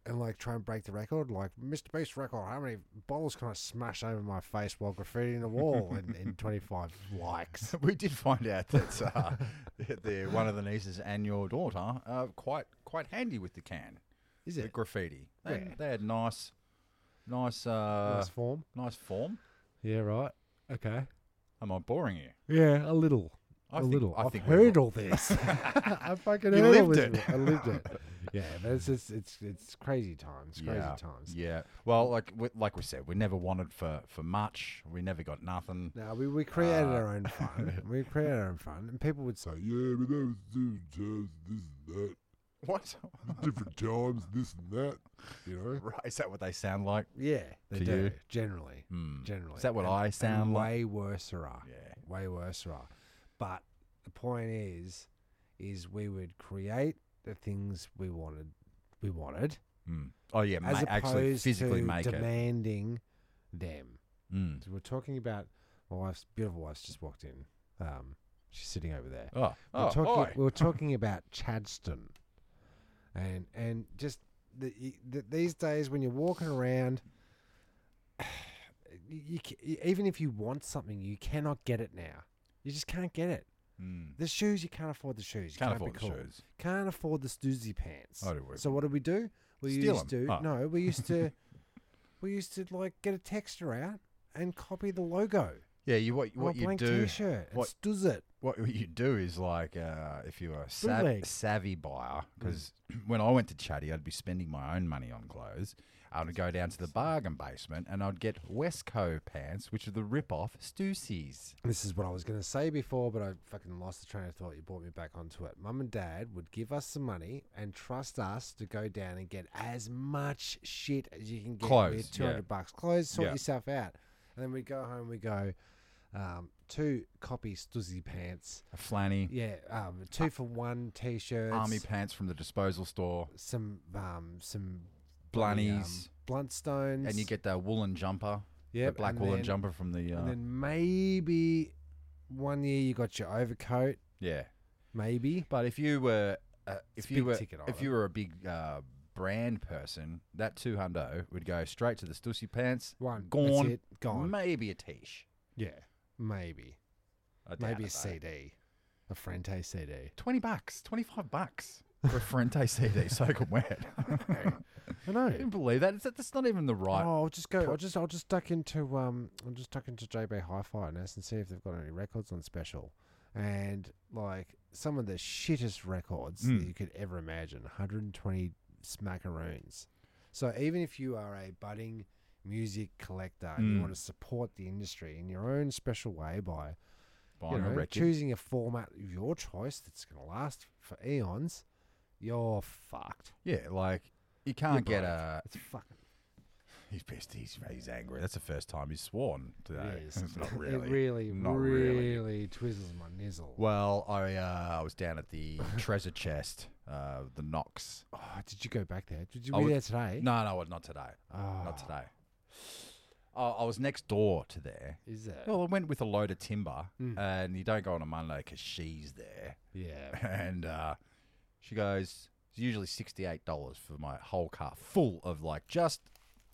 Speaker 2: and like try and break the record. Like Mr. Beast record, how many bottles can I smash over my face while graffitiing a wall in, in 25 likes?
Speaker 1: We did find out that uh, the one of the nieces and your daughter are quite quite handy with the can,
Speaker 2: Is
Speaker 1: the
Speaker 2: it
Speaker 1: graffiti. They,
Speaker 2: Yeah.
Speaker 1: they had nice, nice, uh,
Speaker 2: nice
Speaker 1: nice,
Speaker 2: form?
Speaker 1: form.
Speaker 2: Yeah, right. Okay.
Speaker 1: Am I boring you?
Speaker 2: Yeah, a little.
Speaker 1: I
Speaker 2: a
Speaker 1: think-
Speaker 2: little.
Speaker 1: I
Speaker 2: I've
Speaker 1: think we've-
Speaker 2: heard all this. I fucking
Speaker 1: You
Speaker 2: heard all
Speaker 1: lived
Speaker 2: this.
Speaker 1: it.
Speaker 2: I lived it. Yeah, but it's just, it's it's crazy times. Crazy
Speaker 1: yeah.
Speaker 2: times.
Speaker 1: Yeah. Well, like we, like we said, we never wanted for for much. We never got nothing.
Speaker 2: No, we, we
Speaker 1: Uh.
Speaker 2: created our own fun. we created our own fun, and people would say,
Speaker 3: Like, yeah, but that was different times, this and
Speaker 1: What?
Speaker 3: that. Different times, this and that. You know?
Speaker 1: right? Is that what they sound like?
Speaker 2: "Yeah, they
Speaker 1: To
Speaker 2: do."
Speaker 1: you?
Speaker 2: Generally,
Speaker 1: Mm.
Speaker 2: generally.
Speaker 1: Is that what I sound like?
Speaker 2: way worse are.
Speaker 1: Yeah.
Speaker 2: Way worse are. But the point is, is we would create the things we wanted we wanted
Speaker 1: Mm. Oh yeah, ma-
Speaker 2: as opposed
Speaker 1: actually physically
Speaker 2: to
Speaker 1: make it.
Speaker 2: demanding them.
Speaker 1: Mm.
Speaker 2: So we're talking about my wife's beautiful wife's just walked in. Um, she's sitting over there.
Speaker 1: Oh,
Speaker 2: We're
Speaker 1: oh,
Speaker 2: talking,
Speaker 1: oi.
Speaker 2: we were talking about Chadston, and and just the, y- the, these days when you're walking around, you, you, ca- e- even if you want something, you cannot get it now. You just can't get it.
Speaker 1: Mm.
Speaker 2: The shoes, you can't afford the shoes. You
Speaker 1: Can't
Speaker 2: can't,
Speaker 1: afford
Speaker 2: be
Speaker 1: the
Speaker 2: cool.
Speaker 1: shoes.
Speaker 2: Can't afford the stoozy pants.
Speaker 1: Oh, do we-
Speaker 2: so what did we do? We
Speaker 1: Steal
Speaker 2: used
Speaker 1: 'em.
Speaker 2: to
Speaker 1: Oh.
Speaker 2: no, we used to we used to like get a texture out and copy the logo.
Speaker 1: Yeah, you what
Speaker 2: on
Speaker 1: what
Speaker 2: a
Speaker 1: you
Speaker 2: blank
Speaker 1: do
Speaker 2: T-shirt and
Speaker 1: what-
Speaker 2: stooz it.
Speaker 1: what you do is like uh, if you're a sav-
Speaker 2: Bootleg. Mm.
Speaker 1: savvy buyer, because when I went to Chatty, I'd be spending my own money on clothes. I'd go down to the bargain basement and I'd get Westco pants, which are the rip-off Stussies.
Speaker 2: This is what I was going to say before, but I fucking lost the train of thought. You brought me back onto it. Mum and Dad would give us some money and trust us to go down and get as much shit as you can get.
Speaker 1: Clothes,
Speaker 2: with
Speaker 1: yeah.
Speaker 2: 200 bucks. Clothes, sort
Speaker 1: Yeah.
Speaker 2: yourself out. And then we go home, we go, um, two copy Stuzzy pants.
Speaker 1: A flanny,
Speaker 2: Yeah, um, two for one t shirts.
Speaker 1: army pants from the disposal store,
Speaker 2: Some, um, some bloody, um,
Speaker 1: blunnies,
Speaker 2: Bluntstones.
Speaker 1: and you get the woolen jumper, the
Speaker 2: Yep,
Speaker 1: black
Speaker 2: and
Speaker 1: woolen
Speaker 2: then-
Speaker 1: jumper from the uh,
Speaker 2: And then maybe one year you got your overcoat.
Speaker 1: yeah.
Speaker 2: Maybe.
Speaker 1: But if you were uh,
Speaker 2: a
Speaker 1: if you
Speaker 2: big
Speaker 1: were
Speaker 2: ticket
Speaker 1: if
Speaker 2: item.
Speaker 1: you were a big uh, brand person, that two hundo would go straight to the Stussy pants.
Speaker 2: One. That's
Speaker 1: gone,
Speaker 2: it, gone.
Speaker 1: Maybe a tish.
Speaker 2: Yeah, maybe.
Speaker 1: I doubt
Speaker 2: Maybe
Speaker 1: it,
Speaker 2: a
Speaker 1: though.
Speaker 2: CD. A Frente CD.
Speaker 1: Twenty bucks, twenty five bucks for a Frente CD soaking wet.
Speaker 2: I
Speaker 1: I
Speaker 2: know.
Speaker 1: didn't believe that. It's, that's not even the right.
Speaker 2: Oh, I'll just go. I'll just I'll just duck into um I'll just duck into JB Hi-Fi and ask and see if they've got any records on special. And like some of the shittest records that you could ever imagine, 120 smackaroons. So even if you are a budding music collector and you want to support the industry in your own special way by
Speaker 1: buying
Speaker 2: you
Speaker 1: a
Speaker 2: know,
Speaker 1: record.
Speaker 2: choosing a format of your choice that's going to last for eons, you're fucked.
Speaker 1: yeah, like you can't get
Speaker 2: You're broke.
Speaker 1: a.
Speaker 2: It's fucking.
Speaker 1: He's pissed. He's, he's angry. That's the first time he's sworn today.
Speaker 2: Yes.
Speaker 1: It's not really.
Speaker 2: It really,
Speaker 1: Not
Speaker 2: really,
Speaker 1: really.
Speaker 2: twizzles my nizzle.
Speaker 1: Well, I uh, I was down at the treasure chest, uh, the Knox.
Speaker 2: Oh, did you go back there? Did you
Speaker 1: I
Speaker 2: be
Speaker 1: would-
Speaker 2: there today? Ah,
Speaker 1: No, no, not today. Not today. I, I was next door to there.
Speaker 2: Is that?
Speaker 1: Well, I went with a load of timber,
Speaker 2: Mm.
Speaker 1: and you don't go on a Monday because she's there.
Speaker 2: Yeah.
Speaker 1: And uh, she goes, it's usually $68 for my whole car full of like just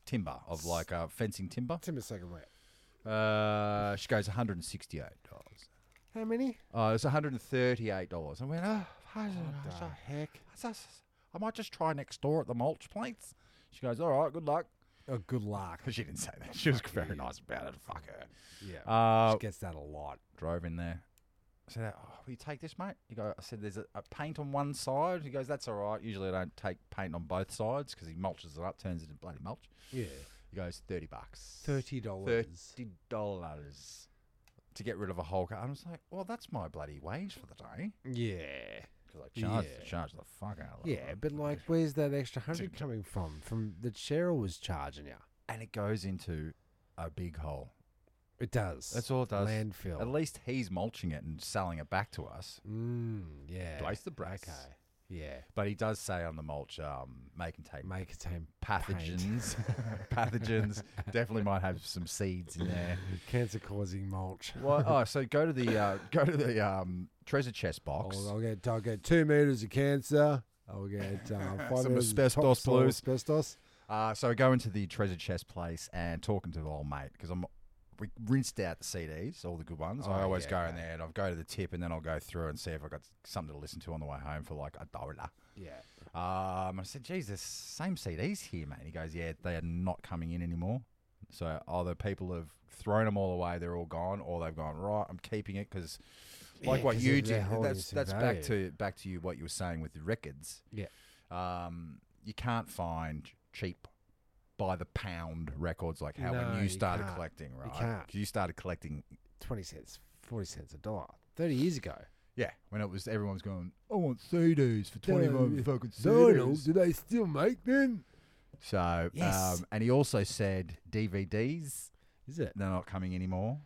Speaker 1: timber, of like uh, fencing timber.
Speaker 2: Timber second wet.
Speaker 1: Uh, she goes, $168.
Speaker 2: How many?
Speaker 1: Uh, it was $138. I went, oh, I,
Speaker 2: What the heck?
Speaker 1: I might just try next door at the mulch plates. She goes, all right, good luck.
Speaker 2: Oh, good luck.
Speaker 1: She didn't say that. She was very nice about it. Fuck her.
Speaker 2: Yeah.
Speaker 1: Uh,
Speaker 2: she gets that a lot.
Speaker 1: drove in there. I said, oh, will you take this, mate? He go, I said, there's a, a paint on one side. He goes, that's all right. Usually I don't take paint on both sides because he mulches it up, turns it into bloody mulch.
Speaker 2: Yeah.
Speaker 1: He goes, 30 bucks.
Speaker 2: Thirty dollars.
Speaker 1: $30 to get rid of a whole car. I was like, well, that's my bloody wage for the day.
Speaker 2: Yeah.
Speaker 1: Because I charged,
Speaker 2: Yeah.
Speaker 1: charged the fuck out of it.
Speaker 2: Yeah, but like, where's that extra hundred coming from? From that Cheryl was charging you.
Speaker 1: and it goes into a big hole.
Speaker 2: It does.
Speaker 1: That's all it does.
Speaker 2: Landfill.
Speaker 1: At least he's mulching it and selling it back to us.
Speaker 2: Mm, yeah.
Speaker 1: Place the brace.
Speaker 2: Okay. Yeah.
Speaker 1: But he does say on the mulch, um, make and take
Speaker 2: Make it a paint.
Speaker 1: pathogens. pathogens definitely might have some seeds in there.
Speaker 2: Cancer causing mulch.
Speaker 1: Well, oh, so go to the uh, go to the um, treasure chest box.
Speaker 2: I'll, I'll get I'll get two meters of cancer. I'll get um, five
Speaker 1: Some
Speaker 2: meters of
Speaker 1: asbestos,
Speaker 2: topsoil
Speaker 1: please.
Speaker 2: Asbestos.
Speaker 1: Uh, so I go into the treasure chest place and talking to the old mate because I'm we rinsed out the CDs, all the good ones. I
Speaker 2: Oh,
Speaker 1: always
Speaker 2: yeah,
Speaker 1: go in
Speaker 2: okay.
Speaker 1: there and I'll go to the tip and then I'll go through and see if I got something to listen to on the way home for like a dollar.
Speaker 2: Yeah.
Speaker 1: Um, I said, "Geez, the same CDs here, mate." He goes, "Yeah, they are not coming in anymore. So either people have thrown them all away, they're all gone, or they've gone right. I'm keeping it because, like
Speaker 2: Yeah,
Speaker 1: what
Speaker 2: 'cause
Speaker 1: you
Speaker 2: they're- they're
Speaker 1: did,
Speaker 2: holding
Speaker 1: that's
Speaker 2: some
Speaker 1: that's back
Speaker 2: value.
Speaker 1: to back to you what you were saying with the records.
Speaker 2: Yeah.
Speaker 1: Um, you can't find cheap by the pound records like how
Speaker 2: No,
Speaker 1: when you
Speaker 2: you
Speaker 1: started
Speaker 2: can't.
Speaker 1: collecting,
Speaker 2: You
Speaker 1: right?
Speaker 2: can't.
Speaker 1: 'Cause you started collecting,
Speaker 2: Twenty cents, forty cents a dollar. Thirty years ago.
Speaker 1: yeah, when it was everyone's going, I want CDs for twenty one fucking CDs.
Speaker 2: they still make them?
Speaker 1: So,
Speaker 2: Yes.
Speaker 1: um, and he also said DVDs.
Speaker 2: Is it?
Speaker 1: They're not coming anymore.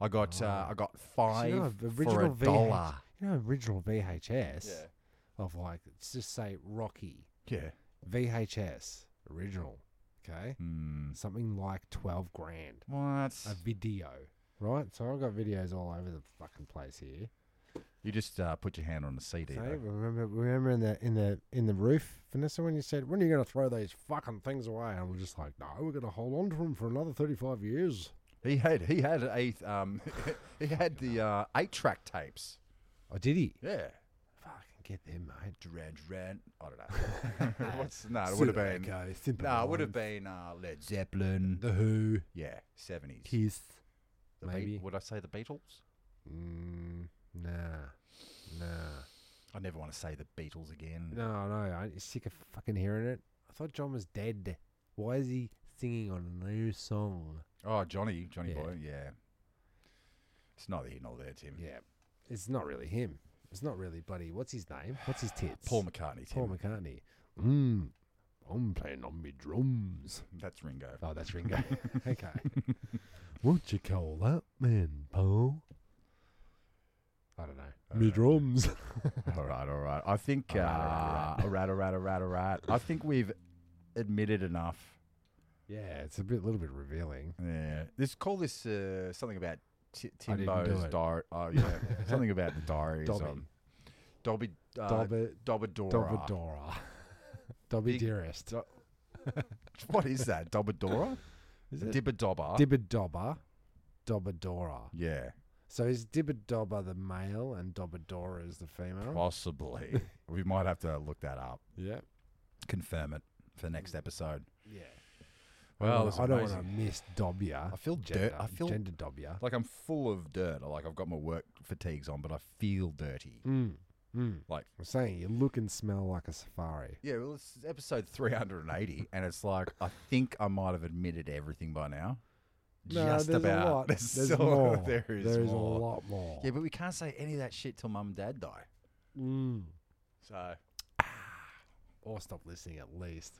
Speaker 1: I got uh,
Speaker 2: Oh.
Speaker 1: I got five
Speaker 2: you know,
Speaker 1: for a
Speaker 2: original VH
Speaker 1: dollar.
Speaker 2: You know, original VHS of like, let's just say Rocky
Speaker 1: Yeah.
Speaker 2: VHS original. Okay,
Speaker 1: Mm.
Speaker 2: something like twelve grand
Speaker 1: What?
Speaker 2: a video, right? So I've got videos all over the fucking place here.
Speaker 1: You just uh, put your hand on the CD.
Speaker 2: So
Speaker 1: though.
Speaker 2: remember, remember in the in the in the roof, Vanessa, when you said, "When are you going to throw those fucking things away?" And we're just like, "No, we're going to hold on to them for another thirty-five years."
Speaker 1: He had he had a um he had the uh, eight track tapes.
Speaker 2: Oh, did he?
Speaker 1: Yeah.
Speaker 2: Fucking get them, mate.
Speaker 1: Duran Duran. I don't know. What's no? It would have been. No, it would have been uh, Led Zeppelin.
Speaker 2: the Who,
Speaker 1: yeah, seventies.
Speaker 2: Kiss, maybe.
Speaker 1: would I say the Beatles?
Speaker 2: Mm, nah, nah.
Speaker 1: I never want to say the Beatles again.
Speaker 2: No, no, I'm sick of fucking hearing it. I thought John was dead. Why is he singing on a new song?
Speaker 1: Oh, Johnny, Johnny
Speaker 2: Yeah.
Speaker 1: boy, yeah. It's neither here nor there, Tim.
Speaker 2: Yeah, it's not really him. It's not really bloody. What's his name? What's his tits?
Speaker 1: Paul McCartney, Tim.
Speaker 2: Paul McCartney. Mm, I'm playing on me drums.
Speaker 1: That's Ringo.
Speaker 2: Oh, that's Ringo. okay. What you call that man, Paul? I don't know.
Speaker 3: Me drums.
Speaker 1: all right, all right. I think uh,
Speaker 2: All right,
Speaker 1: all right, all right, all right, all right. I think we've admitted enough.
Speaker 2: Yeah, it's a bit, little bit revealing.
Speaker 1: Yeah. Let's call this uh, something about t-
Speaker 2: I didn't do
Speaker 1: Timbo's
Speaker 2: it.
Speaker 1: diary. Oh, yeah. something about the diaries.
Speaker 2: Dobby.
Speaker 1: Um, Dobby. Uh,
Speaker 2: Dobby-
Speaker 1: Dobbadora.
Speaker 2: Dobadora. Dobby
Speaker 1: Big-
Speaker 2: Dearest.
Speaker 1: Do- What is that? Dobbadora?
Speaker 2: Is it?
Speaker 1: Dibbadobba.
Speaker 2: Dibadobba. Dobadora.
Speaker 1: yeah.
Speaker 2: So is Dibadobba the male and Dobadora is the female?
Speaker 1: Possibly. we might have to look that up.
Speaker 2: yeah.
Speaker 1: Confirm it for the next episode.
Speaker 2: Yeah.
Speaker 1: Well,
Speaker 2: I
Speaker 1: it's
Speaker 2: don't wanna- I
Speaker 1: amazing.
Speaker 2: don't want to miss Dobia.
Speaker 1: I feel dirt-
Speaker 2: gender,
Speaker 1: I feel-
Speaker 2: gender Dobia.
Speaker 1: Like I'm full of dirt. Like I've got my work fatigues on, but I feel dirty.
Speaker 2: Mm. Mm.
Speaker 1: Like-
Speaker 2: I'm saying, you look and smell like a safari.
Speaker 1: Yeah, well, it's episode 380, and it's like I think I might have admitted everything by now.
Speaker 2: No, there's A lot.
Speaker 1: There's,
Speaker 2: There's
Speaker 1: so-
Speaker 2: more.
Speaker 1: There is,
Speaker 2: There's
Speaker 1: more.
Speaker 2: a lot more.
Speaker 1: Yeah, but we can't say any of that shit till mum and dad die.
Speaker 2: Mm.
Speaker 1: So
Speaker 2: Or stop listening at least.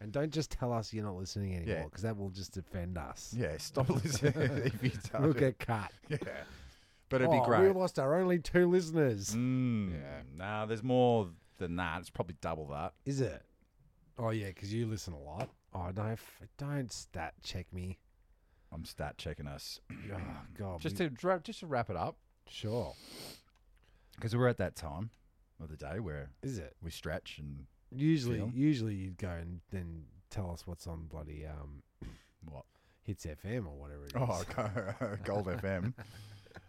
Speaker 2: And don't just tell us you're not listening anymore, because that will just offend us.
Speaker 1: yeah, stop listening if you don't.
Speaker 2: We'll get cut.
Speaker 1: Yeah, but it'd
Speaker 2: Oh,
Speaker 1: be great.
Speaker 2: We lost our only two listeners.
Speaker 1: Mm,
Speaker 2: Yeah.
Speaker 1: Nah, there's more than that. It's probably double that.
Speaker 2: Is it? Oh yeah, because you listen a lot. Oh no, f- don't stat check me.
Speaker 1: I'm stat checking us.
Speaker 2: Oh god,
Speaker 1: Just
Speaker 2: we-
Speaker 1: to dra- just to wrap it up,
Speaker 2: sure.
Speaker 1: because we're at that time of the day where
Speaker 2: Is it?
Speaker 1: we stretch and
Speaker 2: Usually,
Speaker 1: Feel.
Speaker 2: usually you'd go and then tell us what's on bloody um
Speaker 1: what?
Speaker 2: hits FM or whatever it is.
Speaker 1: Oh, Gold FM.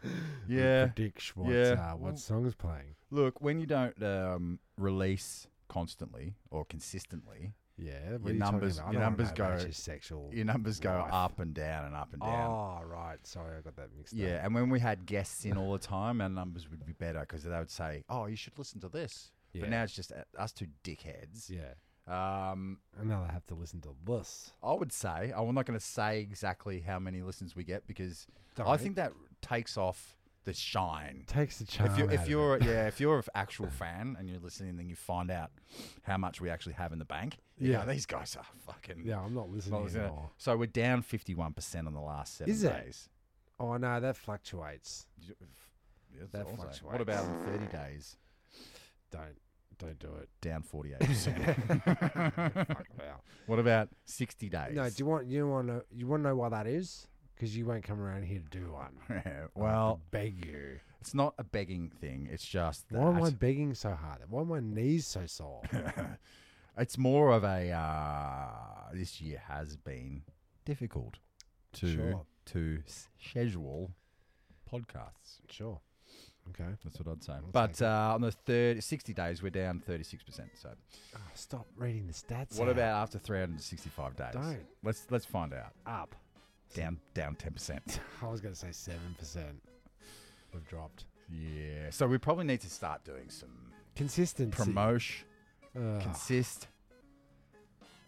Speaker 2: We'd
Speaker 1: Yeah.
Speaker 2: predict what
Speaker 1: Yeah.
Speaker 2: uh, what song's playing.
Speaker 1: Look, when you don't um, release constantly or consistently,
Speaker 2: Yeah,
Speaker 1: Your
Speaker 2: what are you talking
Speaker 1: numbers-
Speaker 2: about? I
Speaker 1: your
Speaker 2: don't
Speaker 1: numbers
Speaker 2: know about
Speaker 1: go-
Speaker 2: your sexual.
Speaker 1: your numbers go
Speaker 2: Life.
Speaker 1: up and down and up and down.
Speaker 2: Oh right, sorry, I got that mixed up.
Speaker 1: Yeah, and when we had guests in all the time, our numbers would be better because they would say, "Oh, you should listen to this." But
Speaker 2: Yeah.
Speaker 1: now it's just uh, us two dickheads.
Speaker 2: yeah.
Speaker 1: Um,
Speaker 2: And now they have to listen to this.
Speaker 1: I would say I'm not going to say exactly how many listens we get because I
Speaker 2: Don't.
Speaker 1: think that takes off the shine.
Speaker 2: Takes the charm.
Speaker 1: If you're,
Speaker 2: out
Speaker 1: if
Speaker 2: of
Speaker 1: you're,
Speaker 2: it.
Speaker 1: yeah, if you're an actual fan and you're listening, then you find out how much we actually have in the bank. You
Speaker 2: Yeah.
Speaker 1: know, these guys are fucking.
Speaker 2: yeah, I'm not listening
Speaker 1: not listening.
Speaker 2: anymore.
Speaker 1: So we're down fifty-one percent on the last seven
Speaker 2: Is it?
Speaker 1: days.
Speaker 2: Oh no, that fluctuates.
Speaker 1: Yeah, it's
Speaker 2: That
Speaker 1: also-
Speaker 2: fluctuates.
Speaker 1: What about in thirty days?
Speaker 2: Don't don't do it.
Speaker 1: Down forty-eight percent.
Speaker 2: Wow.
Speaker 1: What about sixty days?
Speaker 2: No, do you want you want to you want to know why that is? Because you won't come around here to do one. I
Speaker 1: well,
Speaker 2: beg you.
Speaker 1: it's not a begging thing. It's just that.
Speaker 2: Why am I begging so hard? Why are my knees so sore?
Speaker 1: It's more of a uh, this year has been difficult to
Speaker 2: Sure.
Speaker 1: to schedule podcasts.
Speaker 2: sure. Okay.
Speaker 1: That's what I'd say.
Speaker 2: I'll
Speaker 1: but
Speaker 2: take
Speaker 1: uh, on the third 60 days, we're down 36%. So
Speaker 2: Oh, stop reading the stats.
Speaker 1: what
Speaker 2: out.
Speaker 1: about after 365 days?
Speaker 2: Don't.
Speaker 1: Let's let's find out.
Speaker 2: up?
Speaker 1: Down down 10%.
Speaker 2: I was going to say seven percent. We've dropped
Speaker 1: yeah. So we probably need to start doing some
Speaker 2: consistency.
Speaker 1: promotion,
Speaker 2: Ugh.
Speaker 1: consist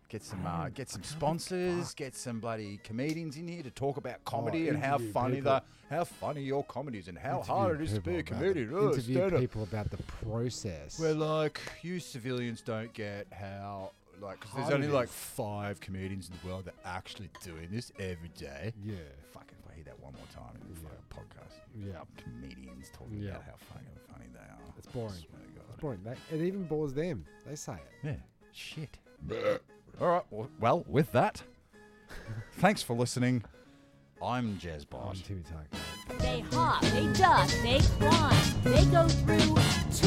Speaker 1: Get some uh,
Speaker 2: don't-
Speaker 1: get some
Speaker 2: I can't be
Speaker 1: sponsors,
Speaker 2: fucked.
Speaker 1: get some bloody comedians in here to talk about comedy and
Speaker 2: Oh, interview
Speaker 1: how funny
Speaker 2: people.
Speaker 1: the how funny your comedy is and how
Speaker 2: Interview
Speaker 1: hard it is to
Speaker 2: people
Speaker 1: be a
Speaker 2: about the-
Speaker 1: comedian. Oh,
Speaker 2: interview
Speaker 1: stand up.
Speaker 2: people about the process.
Speaker 1: We're like, you civilians don't get how, like, 'cause there's
Speaker 2: Hard
Speaker 1: only
Speaker 2: it
Speaker 1: like
Speaker 2: is.
Speaker 1: five comedians in the world that are actually doing this every day.
Speaker 2: yeah,
Speaker 1: Fucking, if I hear that one more time in the
Speaker 2: Yeah.
Speaker 1: fucking podcast,
Speaker 2: yeah.
Speaker 1: comedians talking
Speaker 2: Yeah.
Speaker 1: about how fucking funny they are.
Speaker 2: It's boring.
Speaker 1: Swear to God.
Speaker 2: It's boring. They, it even bores them. They say it.
Speaker 1: Yeah. Shit. All right. Well, well, with that, thanks for listening. I'm Jez
Speaker 2: I'm
Speaker 1: Bond.
Speaker 2: Timmy Tuck.
Speaker 4: They hop, they duck, they climb, they go through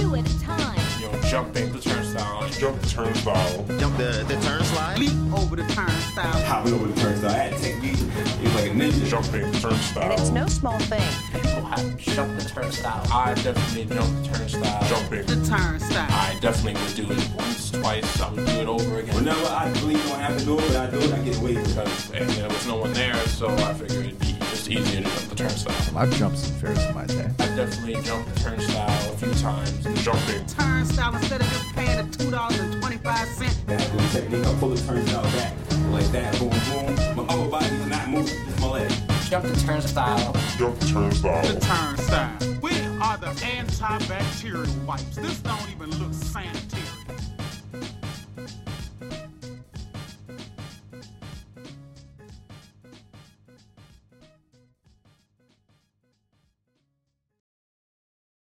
Speaker 4: two at a time.
Speaker 9: Yo, jump the turnstile. Jump the turnstile.
Speaker 10: Jump the, the turnstile. Leap over the turnstile.
Speaker 9: Hop over the turnstile. I had to take me. It was like a ninja. Jump the turnstile. And it's no small thing. People have jumped the turnstile. I definitely jumped the turnstile. Jumping.
Speaker 10: The turnstile.
Speaker 9: I definitely would do it once, twice. I would do it over again. Whenever I believe I have to do it, but I do it, I get away with it. And there was no one there, so I figured it'd be just easier to jump the turnstile.
Speaker 1: I've jumped some ferrets in my day.
Speaker 9: I definitely jumped the turnstile a few times. Jumping.
Speaker 10: Turnstile instead of just paying the two dollars and twenty-five cent.
Speaker 9: I do the technique. I pull the turnstile back like that. Boom, boom. My upper body is not moving. It's my leg.
Speaker 10: Jump the turnstile.
Speaker 3: Jump the turnstile.
Speaker 10: The turnstile. We are the antibacterial wipes. This don't even look sanitary.